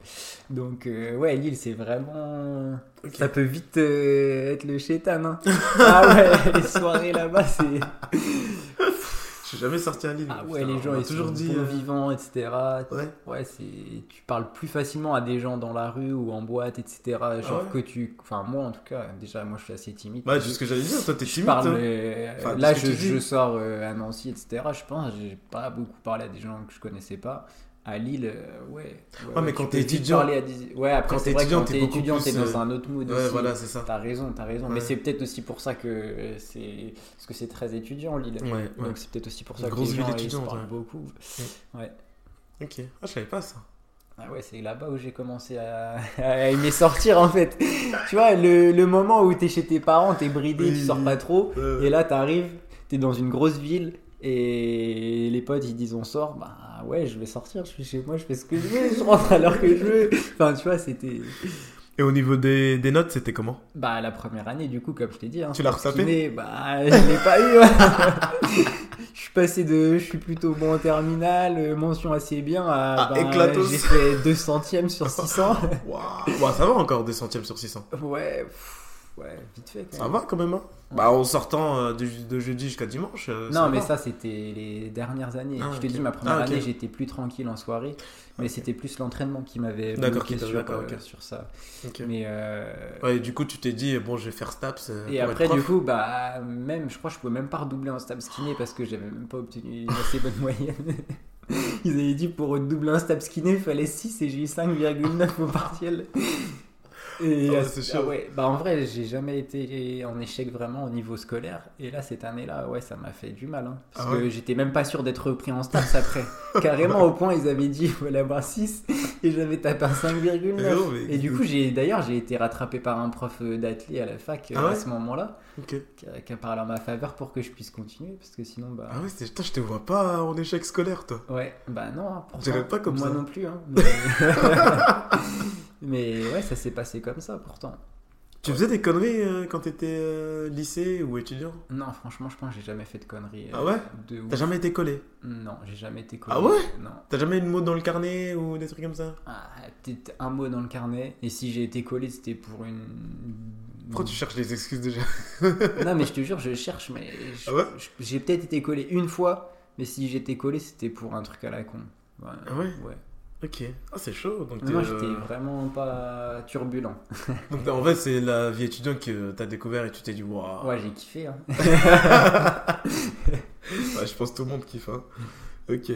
Donc euh, ouais, Lille, c'est vraiment...
Ok.
Ça peut vite euh, être le chétan, hein. ah ouais, les soirées là-bas, c'est...
Je suis jamais sorti à Lille.
Ah
Ah, putain,
ouais, les gens,
on m'a
ils
toujours
sont
dit.
bons
euh,
vivants, etc.
Ouais.
Ouais, c'est tu parles plus facilement à des gens dans la rue ou en boîte, etc. Genre
Ah ouais
que tu... Enfin, moi, en tout cas, déjà, moi, je suis assez timide.
Bah, c'est ce que j'allais dire, toi, t'es
Je
timide. hein.
parle,
toi.
euh,
Enfin,
là,
parce que
je,
tu dis-
je sors euh, à Nancy, etc. Je pense, j'ai pas beaucoup parlé à des gens que je connaissais pas. À Lille, euh, ouais.
Ouais, mais
tu
quand
peux
t'es
vite
étudiant-
parler à des- Ouais,
quand
après,
t'es
c'est vrai que
étudiant,
quand
t'es
t'es
beaucoup
étudiant,
plus,
t'es
euh,
dans un autre mood
Ouais,
aussi.
voilà, c'est ça.
T'as raison, t'as raison.
Ouais.
Mais c'est peut-être aussi pour ça que euh, c'est. Parce que c'est très étudiant, Lille.
Ouais, ouais.
Donc c'est peut-être aussi pour
Une
ça que
grosse
les gens
ville
ils se
étudiante,
parlent
ouais.
beaucoup.
Ok. Ah, je savais pas ça.
Ah ouais, c'est là-bas où j'ai commencé à, à aimer sortir en fait. tu vois, le, le moment où t'es chez tes parents, t'es bridé,
Oui.
tu sors pas trop.
Euh,
Et là, t'arrives, t'es dans une grosse ville et les potes ils disent on sort, bah ouais, je vais sortir, je suis chez moi, je fais ce que je veux, je rentre à l'heure que je veux. Enfin, tu vois, c'était.
Et au niveau des, des notes, c'était comment
Bah, la première année, du coup, comme je t'ai dit. hein,
Tu l'as
ce
retapé
kiné, Bah, je l'ai pas eu. Je suis passé de. Je suis plutôt bon en terminale, euh, mention assez bien à.
Ah,
bah,
éclatos.
J'ai fait 2 centièmes sur 600.
Waouh Bah, ça va encore, des centièmes sur 600.
ouais, pff, ouais, vite fait quand
Ça
même.
va quand même, hein Bah, en sortant euh, de, de jeudi jusqu'à dimanche. euh,
Non, mais
va.
ça, c'était les dernières années.
Ah,
je te
ok.
dis, ma première
Ah, ok.
année, j'étais plus tranquille en soirée, mais
Ok.
c'était plus l'entraînement qui m'avait
D'accord,
bloqué
qui t'a-
sur,
d'accord,
euh,
ok.
sur ça.
Ok.
Mais euh,
Ouais, du coup, tu t'es dit, bon, je vais faire STAPS. euh,
et
pour
après,
être prof.
du coup, bah même, je crois, que je pouvais même pas redoubler en stab skiné parce que j'avais même pas obtenu une assez bonne moyenne. Ils avaient dit pour redoubler un stab skiné, il fallait 6 et j'ai eu 5,9 au partiel. Et
Ah ouais,
à-
c'est
ah
chaud.
ouais, bah en vrai, j'ai jamais été en échec vraiment au niveau scolaire. Et là, cette année-là, ouais, ça m'a fait du mal. hein. parce
Ah ouais
que j'étais même pas sûr d'être repris en STAPS après. Carrément, au point, ils avaient dit, il fallait avoir 6. Et j'avais tapé un 5,9.
Eh oh, mais-
Et du coup, j'ai d'ailleurs, j'ai été rattrapé par un prof d'athlé à la fac euh,
Ah ouais
à ce moment-là,
Ok.
qui a, qui a parlé en ma faveur pour que je puisse continuer. Parce que sinon, bah.
Ah ouais, c'est- putain, je te vois pas en échec scolaire, toi.
Ouais, bah non, hein,
Ah. On
pourtant,
dirait pas comme
moi
ça.
non plus. hein, mais... mais ouais, ça s'est passé comme ça pourtant.
Tu faisais des conneries euh, quand t'étais euh, lycée ou étudiant
Non, franchement, je pense que j'ai jamais fait de conneries. euh,
Ah ouais
de ouf.
T'as jamais été collé
Non, j'ai jamais été
Ah
connu.
ouais
Non.
T'as jamais eu de mot dans le carnet ou des trucs comme ça
Ah, peut-être un mot dans le carnet. Et si j'ai été collé, c'était pour une.
Pourquoi tu cherches les excuses déjà
Non, mais je te jure, je cherche, mais je-
Ah ouais
je- j'ai peut-être été collé une fois, mais si j'étais collé, c'était pour un truc à la con. Ouais.
Ah ouais Ok. Ah, c'est chaud. Donc,
Non,
t'es,
non,
euh,
j'étais vraiment pas turbulent.
donc, en fait, c'est la vie étudiante Ah. que t'as découvert et tu t'es dit, waouh.
Ouais, j'ai kiffé. hein.
Ouais, je pense que tout le monde kiffe. hein. Ok.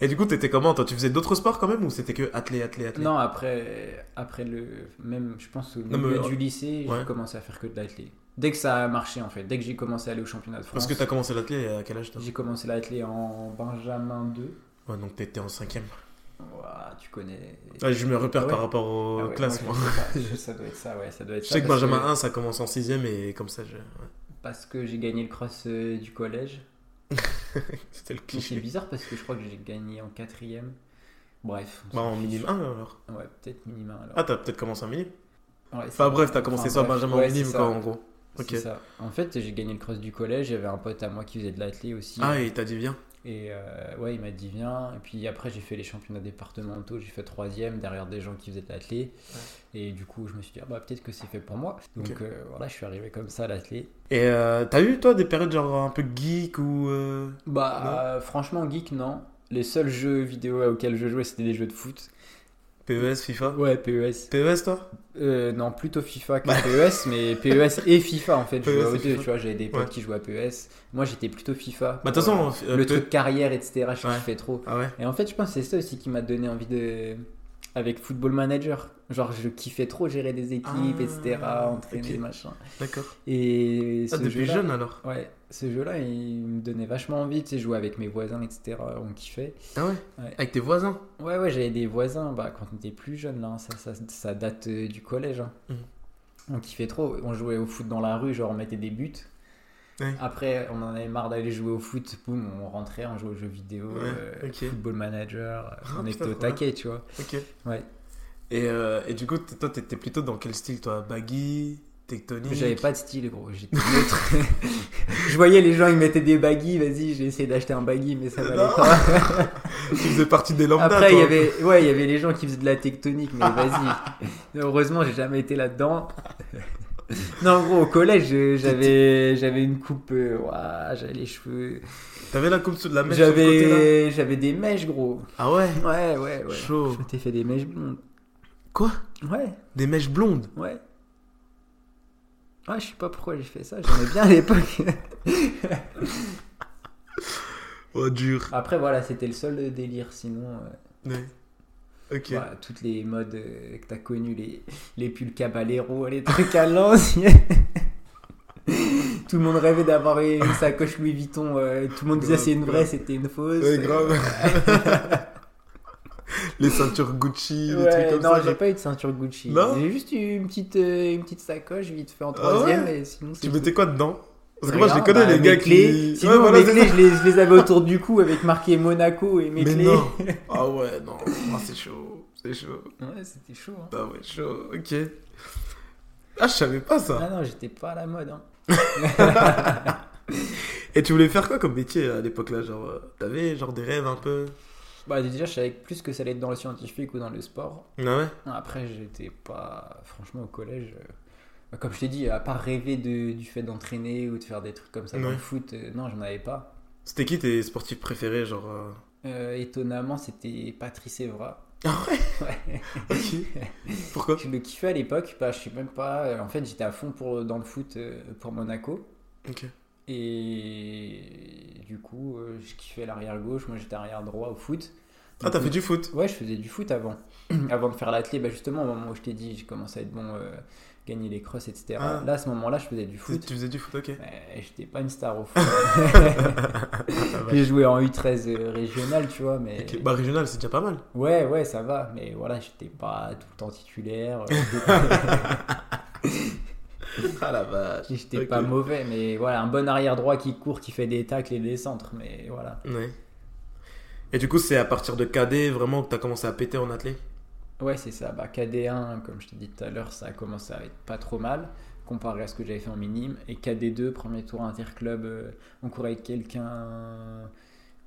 Et du coup, t'étais comment toi Tu faisais d'autres sports quand même ou c'était que athlé, athlé, athlé
Non, après, après le. Même, je pense, au
Non,
milieu
mais- euh,
du lycée,
Ouais.
j'ai commencé à faire que de l'athlé. Dès que ça a marché, en fait, dès que j'ai commencé à aller au championnat de
Parce
France,
que t'as commencé l'athlé à quel âge toi
j'ai commencé l'athlé en Benjamin 2.
Ouais, donc t'étais en cinquième.
Ouah, tu connais.
Ouais, je me repère
Ah ouais.
par rapport aux
Ah ouais,
classes,
moi,
moi.
je sais pas. Je- ça doit être ça, ouais, ça doit être
Je
ça,
sais que
parce
Benjamin 1, ça commence en 6 et comme ça, je... ouais.
Parce que j'ai gagné le cross euh, du collège.
c'était le
Mais C'est
cliché.
bizarre parce que je crois que j'ai gagné en quatrième. Bref. on
Bah,
s'en
en
fiche.
minime 1 alors.
Ouais, peut-être minimum alors.
Ah, t'as peut-être commencé en minime Ah,
Ouais, c'est-
Enfin, bref, t'as commencé
Enfin,
soit
bref,
Benjamin
ouais,
en
c'est
minime,
ça.
quoi, en gros.
C'est
Ok.
ça. En fait, j'ai gagné le cross du collège. J'avais un pote à moi qui faisait de l'athlé aussi.
Ah, et t'as dit bien.
Et euh, ouais, il m'a dit viens. Et puis après, j'ai fait les championnats départementaux. J'ai fait troisième derrière des gens qui faisaient de l'athlé. Et du coup, je me suis dit ah, bah, peut-être que c'est fait pour moi. Donc
Ok.
euh, voilà, je suis arrivé comme ça à l'athlé.
Et euh, t'as eu, toi, des périodes genre un peu geek ou. euh,
Bah,
Non.
euh, franchement, geek, non. Les seuls jeux vidéo auxquels je jouais, c'était des jeux de foot. E
PES, E FIFA
Ouais, PES.
PES, toi
Euh, non, plutôt FIFA que PES, mais PES et FIFA en fait. Je
Bah. PES
jouais aux
et
deux,
FIFA.
tu vois, j'avais des potes
Ouais.
qui jouaient à PES. Moi, j'étais plutôt FIFA.
Bah, de toute
Euh,
façon. euh,
le
P-
truc carrière, etc., je
Ouais.
kiffais trop.
Ah ouais
Et en fait, je pense que c'est ça aussi qui m'a donné envie de. Avec Football Manager. Genre, je kiffais trop gérer des équipes,
Ah,
etc., entraîner,
ok.
machin.
D'accord.
Et
Ah,
ce
depuis
jeu-là-
jeune alors
Ouais, ce jeu-là, il me donnait vachement envie, tu sais, jouer avec mes voisins, etc., on kiffait.
Ah ouais,
Ouais.
Avec tes voisins
Ouais, ouais, j'avais des voisins bah, quand on était plus jeune, là, hein, ça, ça, ça date euh, du collège. hein.
Mhm.
On kiffait trop, on jouait au foot dans la rue, genre on mettait des buts.
Ouais.
Après, on en avait marre d'aller jouer au foot, boum, on rentrait, on jouait aux jeux vidéo,
Ouais,
euh,
ok.
football manager,
Ah,
on était
putain,
au
trop
taquet, tu vois.
Ok.
Ouais.
Et, euh, et du coup, t- toi, t'étais plutôt dans quel style, toi Baggy Tectonique
J'avais pas de style, gros, j'étais neutre. Je voyais les gens, ils mettaient des baggies, vas-y, j'ai essayé d'acheter un baggy, mais ça
Non.
valait pas.
Tu faisais partie des lambda,
Après, il
toi.
y avait, ouais, il y avait les gens qui faisaient de la tectonique, mais vas-y. Heureusement, j'ai jamais été là-dedans. non, en gros, au collège, je- j'avais, j'avais une coupe, euh, ouah, j'avais les cheveux,
T'avais la coupe sous de la mèche Ah, sur le côté, là
j'avais, j'avais des mèches, gros.
Ah ouais,
Ouais, ouais, ouais.
Chaud.
Je t'ai fait des mèches blondes.
Quoi
Ouais,
Des mèches blondes
ouais. Ouais, je sais pas pourquoi j'ai fait ça, j'aimais bien à l'époque.
Oh, dur.
Après, voilà, c'était le seul délire, sinon. euh,
Ouais. Ok.
Voilà, toutes les modes euh, que t'as connues, les, les pulls caballero, les trucs à l'ancienne. tout le monde rêvait d'avoir une sacoche Louis Vuitton. euh, tout le monde disait
Grave,
c'est une vraie,
grave.
c'était une fausse.
Ouais, grave. les ceintures Gucci, les
Ouais,
trucs comme
non,
ça.
j'ai
là.
pas eu de ceinture Gucci.
Non
J'ai juste eu une petite, euh, une petite sacoche vite fait en
Ah
troisième.
ouais
et sinon, c'est
Tu
tout.
mettais quoi dedans Parce que moi, je les
Regarde,
connais,
bah,
les gars
mes clés.
qui.
Sinon,
Ouais, voilà,
mes
c'est
clés,
ça.
je les, je les avais autour du cou avec marqué Monaco et mes
Mais
clés.
non Ah ouais, non. Ah, c'est chaud. C'est chaud.
Ouais, c'était chaud. hein.
Ah ouais, chaud. Ok. Ah, je savais pas ça.
Ah non, j'étais pas à la mode. hein.
Et tu voulais faire quoi comme métier à l'époque là Genre, euh, t'avais genre des rêves un peu
Bah, déjà, je savais plus que ça allait être dans le scientifique ou dans le sport.
Ah ouais
Après, j'étais pas. Franchement, au collège, euh, bah, comme je t'ai dit, à part rêver de- du fait d'entraîner ou de faire des trucs comme ça dans
Ouais.
le foot, euh, non, j'en avais pas.
C'était qui tes sportifs préférés Genre. euh,
Euh, étonnamment, c'était Patrice Evra.
Ah ouais
Ouais.
Ok. Pourquoi
je le kiffais à l'époque, bah, je sais même pas. euh, En fait, j'étais à fond pour, dans le foot euh, pour Monaco.
Ok.
Et du coup, euh, je kiffais l'arrière gauche. Moi, j'étais arrière droit au foot.
Ah, t'as
Du
fait du foot
Ouais, je faisais du foot avant. avant de faire l'athlé, bah justement, au moment où je t'ai dit, j'ai commencé à être bon, euh, gagner les crosses, etc.
Ah.
Là, à ce moment-là, je faisais du foot.
Tu Ah, faisais du foot, ok.
Mais j'étais pas une star au foot. j'ai joué en U13 euh, régional, tu vois, mais.
bah. Ok. Bah, régional, c'est déjà pas mal.
Ouais, ouais, ça va, mais voilà, j'étais pas tout le temps titulaire. euh,
Ah la vache.
J'étais
Ok.
pas mauvais, mais voilà, un bon arrière-droit qui court, qui fait des tacles et des centres, mais voilà.
Ouais. Et du coup, c'est à partir de KD vraiment que t'as commencé à péter en athlé
Ouais, c'est ça. Bah, KD1, comme je t'ai dit tout à l'heure, ça a commencé à être pas trop mal comparé à ce que j'avais fait en minime. Et KD2, premier tour interclub, euh, on courait avec quelqu'un,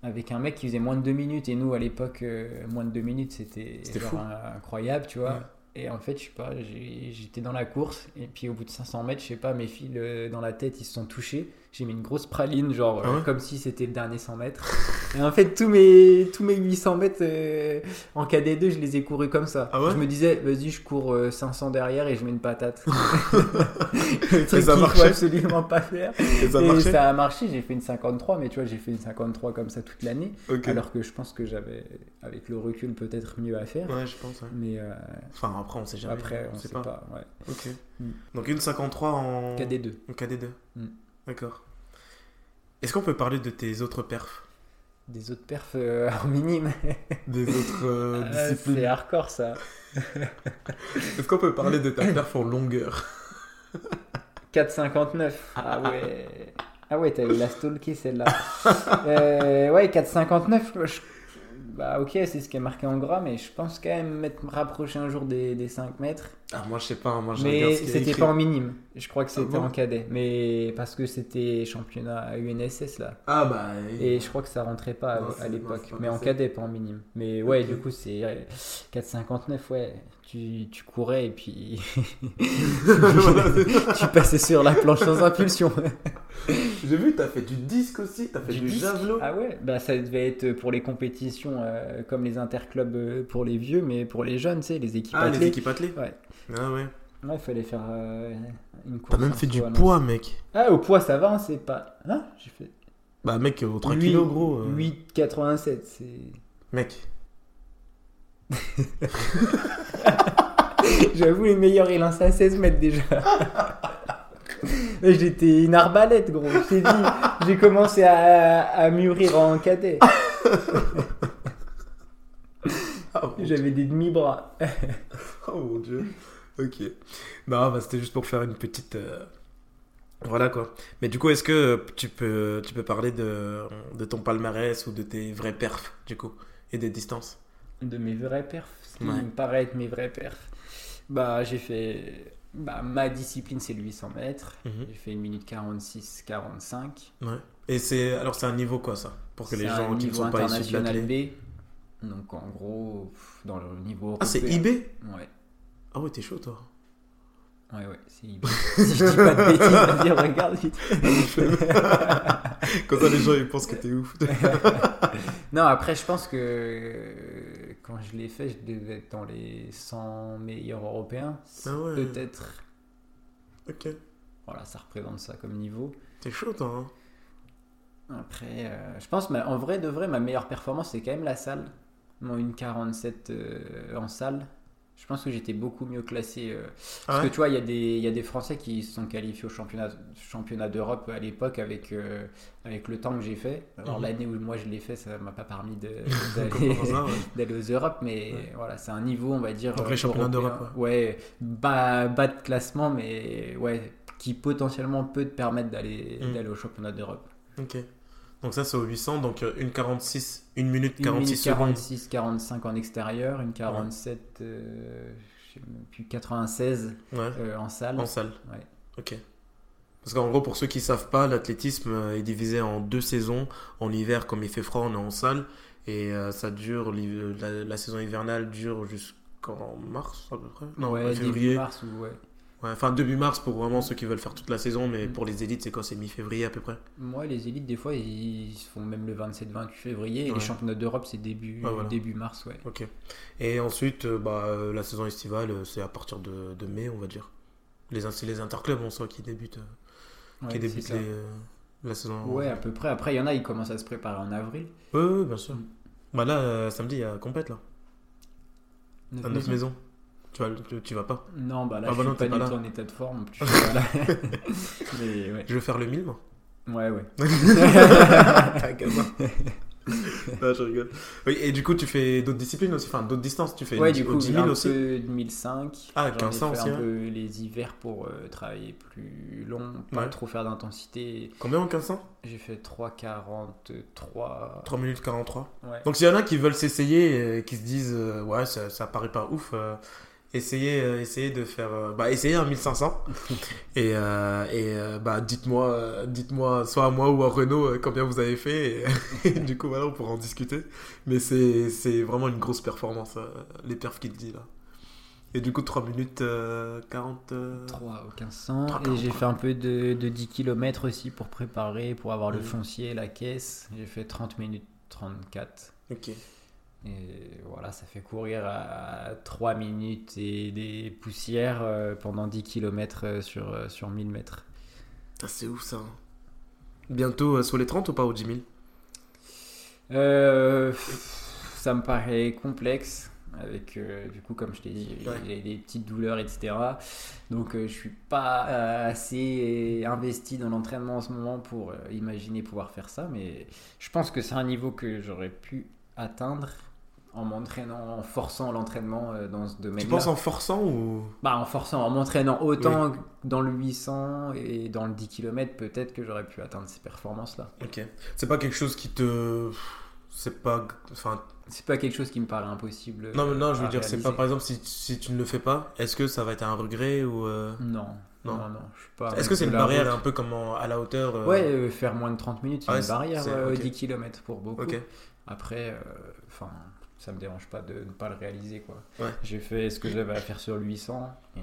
avec un mec qui faisait moins de 2 minutes. Et nous, à l'époque, euh, moins de 2 minutes, c'était
C'était
genre
fou.
un- incroyable, tu vois.
Ouais.
Et en fait, je sais pas, j'ai- j'étais dans la course. Et puis au bout de 500 mètres, je sais pas, mes fils euh, dans la tête, ils se sont touchés. j'ai mis une grosse praline, genre
Ah ouais
euh, comme si c'était le dernier 100 mètres. Et en fait, tous mes, tous mes 800 mètres euh, en KD2, je les ai courus comme ça.
Ah ouais
je me disais, vas-y, je cours euh, 500 derrière et je mets une patate. le
Et
truc
ça
qu'il faut
marchait.
absolument pas faire.
Et ça a
et
marché
ça a marché, j'ai fait une 53, mais tu vois, j'ai fait une 53 comme ça toute l'année.
Ok.
Alors que je pense que j'avais, avec le recul, peut-être mieux à faire.
Ouais, je pense. ouais.
Mais euh,
Enfin, après, on sait jamais.
après, on sait pas. ouais.
Ok.
Mm.
Donc, une 53 en
KD2.
en KD2.
Mm.
D'accord. Est-ce qu'on peut parler de tes autres perfs
Des autres perfs euh, en minime.
Des autres euh,
Ah,
disciplines
C'est hardcore ça.
Est-ce qu'on peut parler de ta perf en longueur
4,59. Ah ouais. Ah ouais, t'as eu la stalkée celle-là. Euh, ouais, 4,59. je- Bah ok, c'est ce qui est marqué en gras, mais je pense quand même m'être rapproché un jour des, des 5 mètres.
Ah, moi, je sais pas. Moi, je regarde
Mais
ce qui est
c'était
écrit. Ah
pas en minime. Je crois que c'était
bon
en cadet. Mais parce que c'était championnat à UNSS là.
Ah, bah.
Et je crois que ça rentrait pas à-
Non,
à,
c'est- non,
l'époque,
c'est pas
mais en
passé.
cadet, pas en minime. Mais ouais,
Ok.
du coup, c'est euh, 4,59, ouais. Tu, tu courais et puis
Voilà, c'est ça.
tu passais sur la planche sans impulsion.
J'ai vu, t'as fait du disque aussi, t'as fait
Du
du,
disque
javelot.
ah ouais, bah ça devait être pour les compétitions euh, comme les interclubs euh, pour les vieux, mais pour les jeunes, tu sais, les équipes
Ah, les
athlées.
équipes athlées
Ouais.
Ah, ouais.
Ouais, il fallait faire euh, une course.
T'as même
en
fait du
soi, non.
poids, mec.
Ah, au poids, ça va, hein, c'est pas. Hein J'ai fait.
Bah, mec, au 3
8,
kilos, gros. euh,
8,87, c'est.
Mec.
J'avoue, les meilleurs, ils lancent à 16 mètres déjà. Là, J'étais une arbalète, gros. Je t'ai dit, j'ai commencé à, à mûrir en cadet.
Ah, bon.
J'avais des demi-bras.
Oh mon dieu. Ok. Non, bah, c'était juste pour faire une petite. euh, Voilà quoi. Mais du coup, est-ce que euh, tu peux, tu peux parler de, de ton palmarès ou de tes vrais perfs, du coup, et des distances
De mes vrais perfs, ce qui
Ouais.
me paraît être mes vrais perfs. Bah, j'ai fait. Bah, ma discipline, c'est le 800 mètres. J'ai fait 1 minute 46, 45.
Ouais. Et c'est. Alors, c'est un niveau quoi, ça Pour que les
C'est un
gens qui ne
niveau
sont pas issus de
international
l'athlé-
B. Donc, en gros, pff, dans le niveau.
Ah, c'est
européen.
IB
Ouais.
Ah ouais, t'es chaud toi.
Ouais, ouais, c'est hybride. si je dis pas de bêtises, vas-y, regarde vite.
Comme ça, les gens ils pensent que t'es ouf.
Non, après, je pense que euh, quand je l'ai fait, je devais être dans les 100 meilleurs européens.
Ah ouais.
Peut-être.
ok.
Voilà, ça représente ça comme niveau.
T'es chaud toi. hein.
Après, euh, je pense, ma- en vrai, de vrai, ma meilleure performance, c'est quand même la salle. Mon 1,47 euh, en salle. Je pense que j'étais beaucoup mieux classé. euh,
Ah
Parce
ouais
que tu vois, il y, a des- il y a des Français qui se sont qualifiés au championnat, championnat d'Europe à l'époque avec, euh, avec le temps que j'ai fait. Alors
Mhm.
l'année où moi je l'ai fait, ça m'a pas permis de-
Comme
d'aller
par hasard, ouais.
d'aller aux Europes, mais
Ouais.
voilà, c'est un niveau, on va dire.
Donc,
euh,
les championnats
européen.
d'Europe,
Ouais, bas, bas de classement, mais ouais, qui potentiellement peut te permettre d'aller
Mhm.
d'aller au championnat d'Europe.
Ok. Donc ça c'est au 800, donc euh, une 46, une minute
1
46
minute
secondes.
46, 45 en extérieur, une 47, euh, je sais même plus, 96
Ouais,
euh, en salle.
en salle.
Ouais.
Ok. Parce qu'en gros, pour ceux qui savent pas, l'athlétisme euh, est divisé en deux saisons. En hiver, comme il fait froid, on est en salle. Et euh, ça dure, l'hiv- euh, la, la saison hivernale dure jusqu'en mars à peu près. Non,
ouais, début
février.
mars ou ouais.
Ouais, enfin, début mars pour vraiment ceux qui veulent faire toute la saison. Mais
Mm.
pour les élites, c'est quoi C'est mi-février à peu près.
Moi, les élites, des fois, ils se font même le 27-28 février. Et
Ouais.
les championnats d'Europe, c'est début,
Ouais, voilà.
début mars, ouais.
Ok. Et ensuite, euh, bah, euh, la saison estivale, euh, c'est à partir de, de mai, on va dire. Les, in- c'est les interclubs en soi qui débutent. euh, qui
Ouais,
débute
c'est ça.
les, euh, la saison.
Ouais, à peu près. Après, il y en a, ils commencent à se préparer en avril.
Ouais, ouais, bien sûr.
Mm.
Bah là, euh, samedi, il y a compète là.
Neuf
À 9
maisons.
Ah, maisons. Tu vas, tu, tu vas pas.
Non, bah là,
Ah
je
bah
suis
non,
pas
t'es
du
pas
tout
là.
en état de forme. en plus, je suis pas là. Mais ouais.
Je vais faire le mime.
Ouais, ouais.
T'as un gamin. non, je rigole. Oui, et du coup, tu fais d'autres disciplines aussi, enfin d'autres distances. Tu fais
Ouais,
du-
du
au
coup,
10
j'ai
000
un
aussi.
peu de 1005.
Ah,
J'en ai
1500
fait
aussi,
un
ouais.
peu les hivers pour euh, travailler plus long, pas
Ouais.
trop faire d'intensité.
Combien en 1500
J'ai fait 3,43.
3 minutes 43.
Ouais.
Donc, s'il y en a qui veulent s'essayer et qui se disent, euh, ouais, ça, ça paraît pas ouf, euh, essayez, euh, essayez de faire. euh, bah, essayez un 1500. et euh, et euh, bah, dites-moi, euh, dites-moi, soit à moi ou à Renaud, euh, combien vous avez fait. Et, et du coup, voilà, on pourra en discuter. Mais c'est c'est vraiment une grosse performance, euh, les perfs qu'il dit là. Et du coup, 3 minutes euh, 40. euh,
3 au 1500.
3,
et j'ai
43.
fait un peu de, de 10 km aussi pour préparer, pour avoir le
Mhm.
foncier, la caisse. J'ai fait 30 minutes 34.
Ok.
Et voilà, ça fait courir à 3 minutes et des poussières euh, pendant 10 km sur, euh, sur 1000 mètres.
Putain, c'est ouf ça. Bientôt euh, sur les 30 ou pas au 10 000
Euh, pff, ça me paraît complexe. Avec, euh, du coup, comme je t'ai dit,
Ouais.
j'ai des petites douleurs, etc. Donc, euh, je suis pas euh, assez investi dans l'entraînement en ce moment pour euh, imaginer pouvoir faire ça. Mais je pense que c'est un niveau que j'aurais pu atteindre en m'entraînant, en forçant l'entraînement euh, dans ce domaine-là.
Tu penses en forçant ou.
Bah, en forçant, en m'entraînant autant que dans le 800 et dans le 10 km, peut-être que j'aurais pu atteindre ces performances-là.
Ok. C'est pas quelque chose qui te. C'est pas. Enfin,
C'est pas quelque chose qui me paraît impossible.
non, mais
euh,
non, je veux
à
dire, c'est
réaliser.
pas par exemple si, si tu ne le fais pas, est-ce que ça va être un regret ou. euh,
Non,
Non.
non, non, je suis pas.
Est-ce que c'est une
la
barrière
route.
un peu comme en- à la hauteur euh,
Ouais, euh, faire moins de 30 minutes, c'est
Ah ouais,
une
c'est-
barrière,
c'est-
euh,
ok.
10 km pour beaucoup.
Ok.
Après, euh, enfin, ça me dérange pas de ne pas le réaliser, quoi.
Ouais.
J'ai fait ce que j'avais à faire sur le 800 et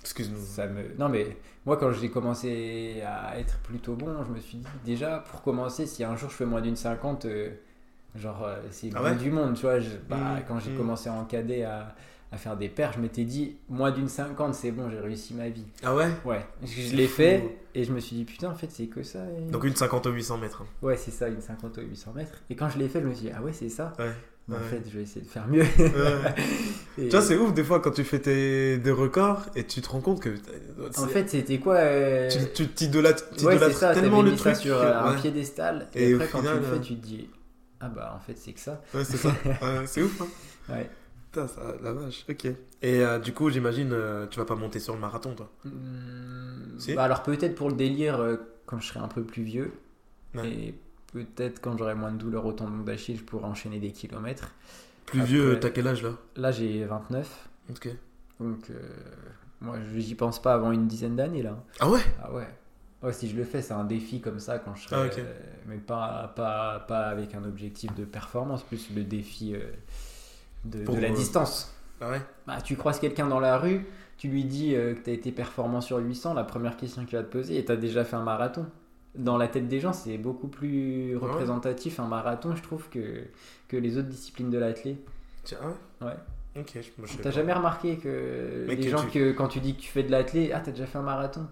Excuse-nous.
Ça me... Non mais moi quand j'ai commencé à être plutôt bon, je me suis dit déjà pour commencer si un jour je fais moins d'une 50, euh, genre euh, c'est le
Ah
bout
ouais
du monde, tu vois. je- bah,
Mmh,
quand j'ai
mmh.
commencé à encader à, à faire des paires, je m'étais dit moins d'une 50 c'est bon, j'ai réussi ma vie.
Ah ouais
Ouais, je, je
C'est
l'ai
fou.
fait et je me suis dit putain en fait c'est que ça. et-
Donc une 50 au 800 mètres. hein.
Ouais c'est ça une 50 ou 800 mètres. Et quand je l'ai fait je me suis dit ah ouais c'est ça.
Ouais.
Mais En
Ouais.
fait je vais essayer de faire mieux.
Ouais.
Et-
Tu vois, c'est ouf des fois quand tu fais tes, des records et tu te rends compte que. c'est-
en fait c'était quoi euh,
tu tu t'idolâtres tu
Ouais, c'est
idolâtres
ça,
tellement
tellement
le
mis ça
truc.
sur
que-
euh, un
ouais.
piédestal. Et,
Et au
après, quand
final,
tu le
euh,
fais, tu te dis Ah bah, en fait, c'est que ça.
Ouais, c'est ça. Ouais, c'est ouf. hein.
Ouais.
Putain, ça, la vache. Ok. Et euh, du coup, j'imagine, euh, tu vas pas monter sur le marathon, toi.
Hmm,
Si.
bah, alors, peut-être pour le délire, euh, quand je serai un peu plus vieux,
Ouais.
et peut-être quand j'aurai moins de douleur au tendon d'Achille, je pourrai enchaîner des kilomètres.
Plus
Après-
vieux, t'as quel âge là
Là, j'ai 29,
Ok.
donc euh, moi, j'y pense pas avant une dizaine d'années, là.
Ah ouais
Ah ouais. Ouais, si je le fais, c'est un défi comme ça quand je serai.
Ah, ok.
euh, mais pas, pas, pas avec un objectif de performance, plus le défi euh, de-
Pour,
de la
euh,
distance.
Ah ouais
Bah, tu croises quelqu'un dans la rue, tu lui dis euh, que tu as été performant sur 800, la première question qu'il va te poser est tu as déjà fait un marathon Dans la tête des gens, c'est beaucoup plus représentatif un marathon, je trouve, que, que les autres disciplines de l'athlé.
Tiens, ah ouais
Ouais.
Ok, je, moi, je sais
T'as
pas.
jamais remarqué que
Mais
les
que
gens,
tu-
que, quand tu dis que tu fais de l'athlé, ah, t'as déjà fait un marathon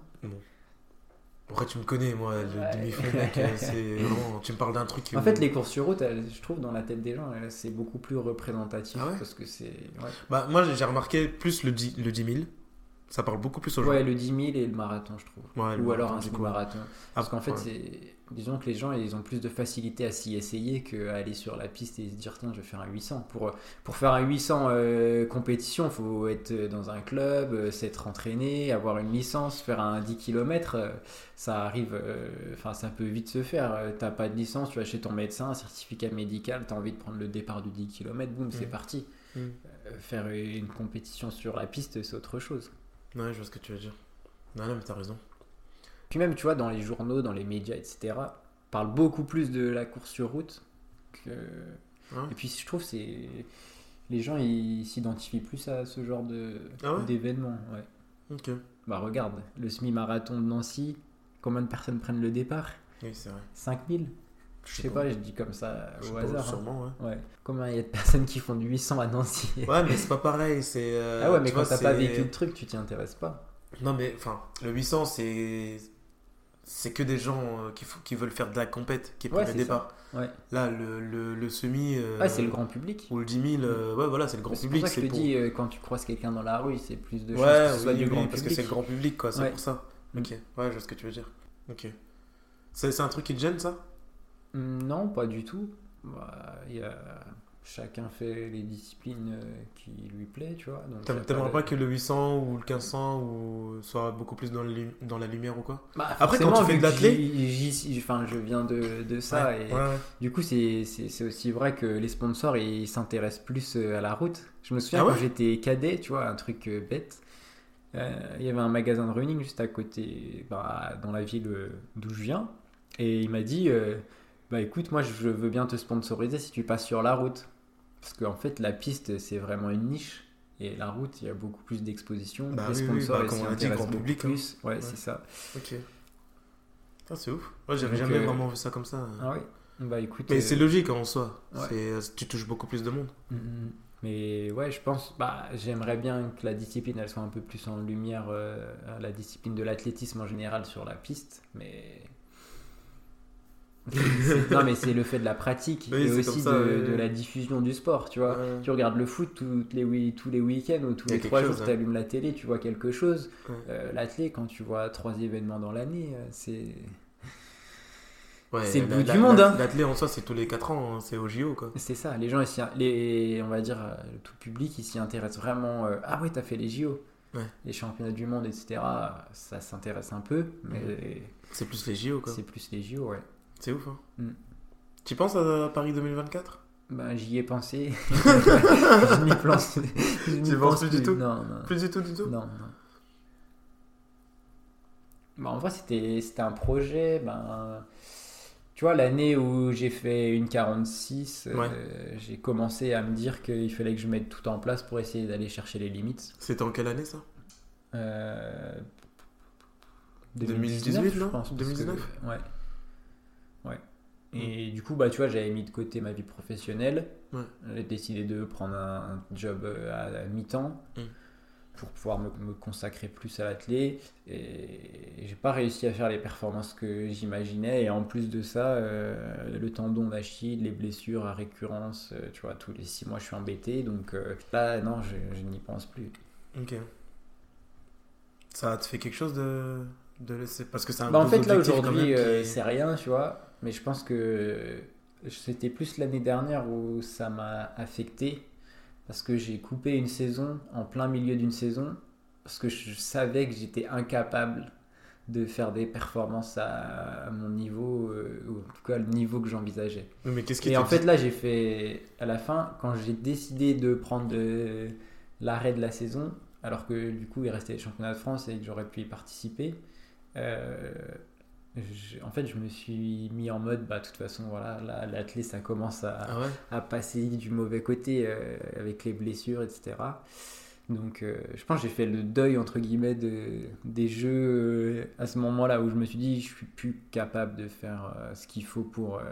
Pourquoi tu me connais, moi, le
Ouais.
demi-fond, mec euh, C'est vraiment. Tu me parles d'un truc.
En
euh,
fait, les courses sur route, elles- je trouve, dans la tête des gens, elles- c'est beaucoup plus représentatif.
Ah ouais
parce que c'est. ouais.
Bah, moi, j'ai remarqué plus le 10, le 10 000. Ça parle beaucoup plus aux gens.
ouais, le 10 000 et le marathon, je trouve.
Ouais,
Ou
le-
alors un
du coup. Ah,
semi-marathon. Parce qu'en fait,
ouais.
c'est... disons que les gens, ils ont plus de facilité à s'y essayer qu'à aller sur la piste et se dire, tiens, je vais faire un 800. Pour, euh, pour faire un 800 euh, compétition, faut être dans un club, euh, s'être entraîné, avoir une licence, faire un 10 km, euh, ça arrive, euh, enfin, ça peut vite se faire. Euh, T'as pas de licence, tu vas chez ton médecin, un certificat médical, t'as envie de prendre le départ du 10 km, boum, c'est
Mhm.
parti.
Mhm.
Euh, faire une compétition sur la piste, c'est autre chose.
Ouais, je vois ce que tu veux dire. Non, non, mais t'as raison.
Puis même, tu vois, dans les journaux, dans les médias, etc., parle beaucoup plus de la course sur route que.
Ah Ouais.
Et puis, je trouve, c'est. Les gens, ils s'identifient plus à ce genre de
Ah ouais
d'événement. ouais.
Ok.
Bah, regarde, le semi-marathon de Nancy, combien de personnes prennent le départ
Oui, c'est vrai.
5000 Je sais pas, je dis comme ça
Je sais
au
pas,
hasard. hein.
Sûrement, ouais.
Ouais. Combien il y a de personnes qui font du 800 à Nancy
Ouais, mais c'est pas pareil. C'est. euh,
Ah ouais, mais
tu
quand
vois,
t'as pas
c'est-
vécu le truc, tu t'y intéresses pas.
Non, mais enfin, le 800, c'est. C'est que des gens euh, qui, fou- qui veulent faire de la compète, qui
Ouais,
prennent le
c'est
départ.
Ouais,
Là, le, le, le semi. euh,
Ouais, Ah, c'est le grand public.
Ou le 10 000, euh, ouais, voilà, c'est le grand
C'est pour
public.
ça que je te dis, euh, quand tu croises quelqu'un dans la rue, c'est plus de
Ouais,
chances que ce
oui,
soit du
oui,
grand
parce que
public.
c'est le grand public, quoi, c'est
Ouais.
pour ça.
Mm.
Ok, ouais, je vois ce que tu veux dire. Ok. C'est c'est un truc qui te gêne, ça
Hmm, Non, pas du tout. Bah, il y a- Chacun fait les disciplines euh, qui lui plaît, tu vois. donc y a
T'aimerais pas,
de-
que le 800 ou le 1500 ou soit beaucoup plus dans, le lu- dans la lumière ou quoi
Bah,
Après, quand tu
forcément,
fais
vu
de
que
l'athlé-
j'y- j'y suis- Enfin, je viens de, de ça.
ouais.
et
ouais, ouais.
Du coup, c'est c'est- c'est aussi vrai que les sponsors, ils s'intéressent plus euh, à la route. Je me souviens
Ah ouais
quand j'étais cadet, tu vois, un truc euh, bête. euh, Il y avait un magasin de running juste à côté, bah, dans la ville euh, d'où je viens. Et il m'a dit, euh, bah écoute, moi je veux bien te sponsoriser si tu passes sur la route. Parce qu'en fait, la piste, c'est vraiment une niche. Et la route, il y a beaucoup plus d'exposition,
Bah oui,
les
oui,
sponsors,
bah,
ils
comme
s'y
on a dit,
intéressent
grand
beaucoup
public, hein.
plus. Ouais,
Ouais.
c'est ça.
Ok. Ah, c'est ouf. Moi, j'avais
Donc,
jamais
euh,
vraiment vu ça hein. comme ça.
Ah oui. Bah écoute.
Mais
euh,
c'est logique hein, en soi.
ouais.
C'est- Tu touches beaucoup plus de monde.
Mhm. Mais ouais, je pense, bah, j'aimerais bien que la discipline, elle soit un peu plus en lumière, euh, la discipline de l'athlétisme en général sur la piste, mais... C'est- non, mais c'est le fait de la pratique
Oui,
et
c'est
aussi
comme ça,
de,
oui, oui.
de la diffusion du sport, tu vois.
Ouais.
Tu regardes le foot toutes les, wi- tous les week-ends ou tous
Il y a
les
quelque
trois
chose,
jours,
hein.
tu allumes la télé, tu vois quelque chose.
Ouais.
Euh, L'athlé, quand tu vois trois événements dans l'année, euh, c'est...
Ouais,
C'est le
la-
bout
la-
du monde,
la-
hein.
L'athlète en soi, c'est tous les 4 ans, hein, c'est au JO quoi.
C'est ça, les gens, ici, les, on va dire, euh, le tout public, ils s'y intéressent vraiment. euh, ah ouais, t'as fait les JO,
Ouais.
les championnats du monde, etc. Ça s'intéresse un peu, mais
C'est plus les JO quoi.
c'est plus les JO, ouais.
C'est ouf. Hein.
Mm.
Tu penses à Paris 2024
Ben, j'y ai pensé. je n'y pense, je n'y
Tu penses plus du tout
Non, non.
Plus du tout, du tout.
Non, non. Bah, en vrai, c'était c'était un projet. Ben, tu vois, l'année où j'ai fait une 46, euh,
Ouais.
j'ai commencé à me dire qu'il fallait que je mette tout en place pour essayer d'aller chercher les limites.
C'était en quelle année ça
Euh,
2018,
2019, je
non
pense. parce
2019.
que- ouais. Ouais.
Mm.
Et du coup, bah, tu vois, j'avais mis de côté ma vie professionnelle.
Ouais.
J'ai décidé de prendre un, un job euh, à, à mi-temps
Mm.
pour pouvoir me, me consacrer plus à l'athlé. Et j'ai pas réussi à faire les performances que j'imaginais. Et en plus de ça, euh, le tendon d'Achille, les blessures à récurrence, euh, tu vois, tous les six mois, je suis embêté. Donc euh, là, non, je, je n'y pense plus.
Ok. Ça te fait quelque chose de, de laisser Parce que c'est un
Bah, en
gros
fait, là
objectif, quand
aujourd'hui,
même, qui-
euh, c'est rien, tu vois. Mais je pense que euh, c'était plus l'année dernière où ça m'a affecté parce que j'ai coupé une saison en plein milieu d'une saison parce que je savais que j'étais incapable de faire des performances à à mon niveau, euh, ou en tout cas le niveau que j'envisageais.
Oui, Mais qu'est-ce qui
Et
te
en fait,
dit-
là, j'ai fait à la fin, quand j'ai décidé de prendre euh, l'arrêt de la saison, alors que du coup, il restait les championnats de France et que j'aurais pu y participer, euh, je- en fait, je me suis mis en mode, bah, de toute façon, voilà, là, l'athlé, ça commence à,
Ah ouais
à passer du mauvais côté euh, avec les blessures, etc. Donc, euh, je pense que j'ai fait le deuil, entre guillemets, de, des jeux euh, à ce moment-là où je me suis dit, je suis plus capable de faire euh, ce qu'il faut pour, euh,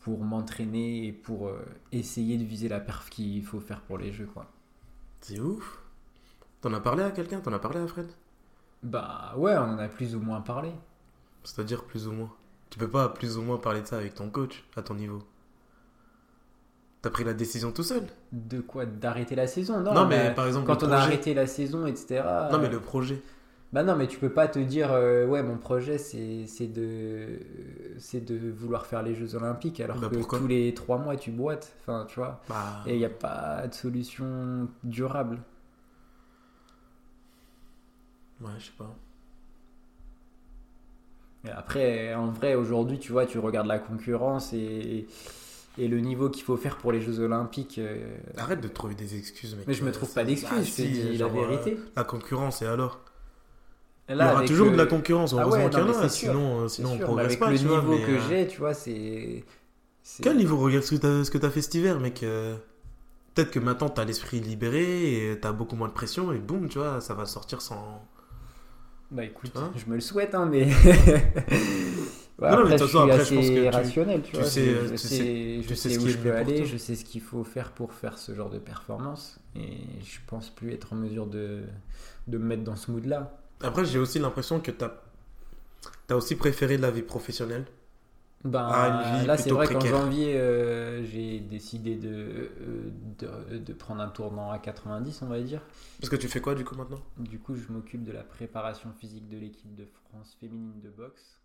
pour m'entraîner et pour euh, essayer de viser la perf qu'il faut faire pour les jeux, quoi.
C'est ouf. T'en as parlé à quelqu'un T'en as parlé à Fred
Bah ouais, on en a plus ou moins parlé.
C'est-à-dire plus ou moins. Tu peux pas plus ou moins parler de ça avec ton coach à ton niveau. T'as pris la décision tout seul
De quoi D'arrêter la saison Non,
Non, mais, par exemple,
quand
le
on a
projet-
arrêté euh, la saison, etc.
Non, mais le projet.
Bah non, mais tu peux pas te dire, euh, ouais, mon projet, c'est c'est de, c'est de vouloir faire les Jeux Olympiques, alors
Bah
que
pourquoi
tous les trois mois, tu boites, enfin, tu vois.
Bah.
Et il n'y a pas de solution durable.
Ouais, je sais pas.
Mais après, en vrai, aujourd'hui, tu vois, tu regardes la concurrence et, et le niveau qu'il faut faire pour les Jeux Olympiques. euh,
Arrête de trouver des excuses, mec.
mais je me
Euh,
trouve
c'est-
pas
Bah,
d'excuse, je te
si,
dis la
genre, euh,
vérité.
La concurrence, et alors
Là,
Il y aura
avec,
toujours de la
euh,
concurrence,
ah ouais,
heureusement qu'il y
non,
en
mais
a,
c'est sûr,
sinon, euh,
c'est
sinon on
sûr, mais
progresse
avec
pas.
le
tu vois,
niveau
mais,
que
euh,
j'ai, tu vois, c'est. c'est-
Quel niveau Regarde ce que t'as ce que t'as fait cet hiver, mec. euh, Peut-être que maintenant t'as l'esprit libéré et t'as beaucoup moins de pression et boum, tu vois, ça va sortir sans.
Bah écoute,
Hein
je me le souhaite, hein, mais. Ouais,
Non, non, mais de
après,
toute
je suis
façon, après, je pense
assez
que tu-
rationnel, tu,
tu
vois.
sais,
je,
euh,
je
tu
sais, je
tu sais
sais
ce
où
qui est
je
le
peux
mieux pour
aller,
toi.
je sais ce qu'il faut faire pour faire ce genre de performance, et je pense plus être en mesure de, de me mettre dans ce mood-là.
Après, j'ai aussi l'impression que t'as as aussi préféré la vie professionnelle.
Ben,
Ah, une vie
là, c'est
plutôt
vrai qu'en
précaire.
janvier, euh, j'ai décidé de, euh, de, de prendre un tournant à 90, on va dire.
Parce que tu fais quoi du coup maintenant
Du coup, je m'occupe de la préparation physique de l'équipe de France féminine de boxe.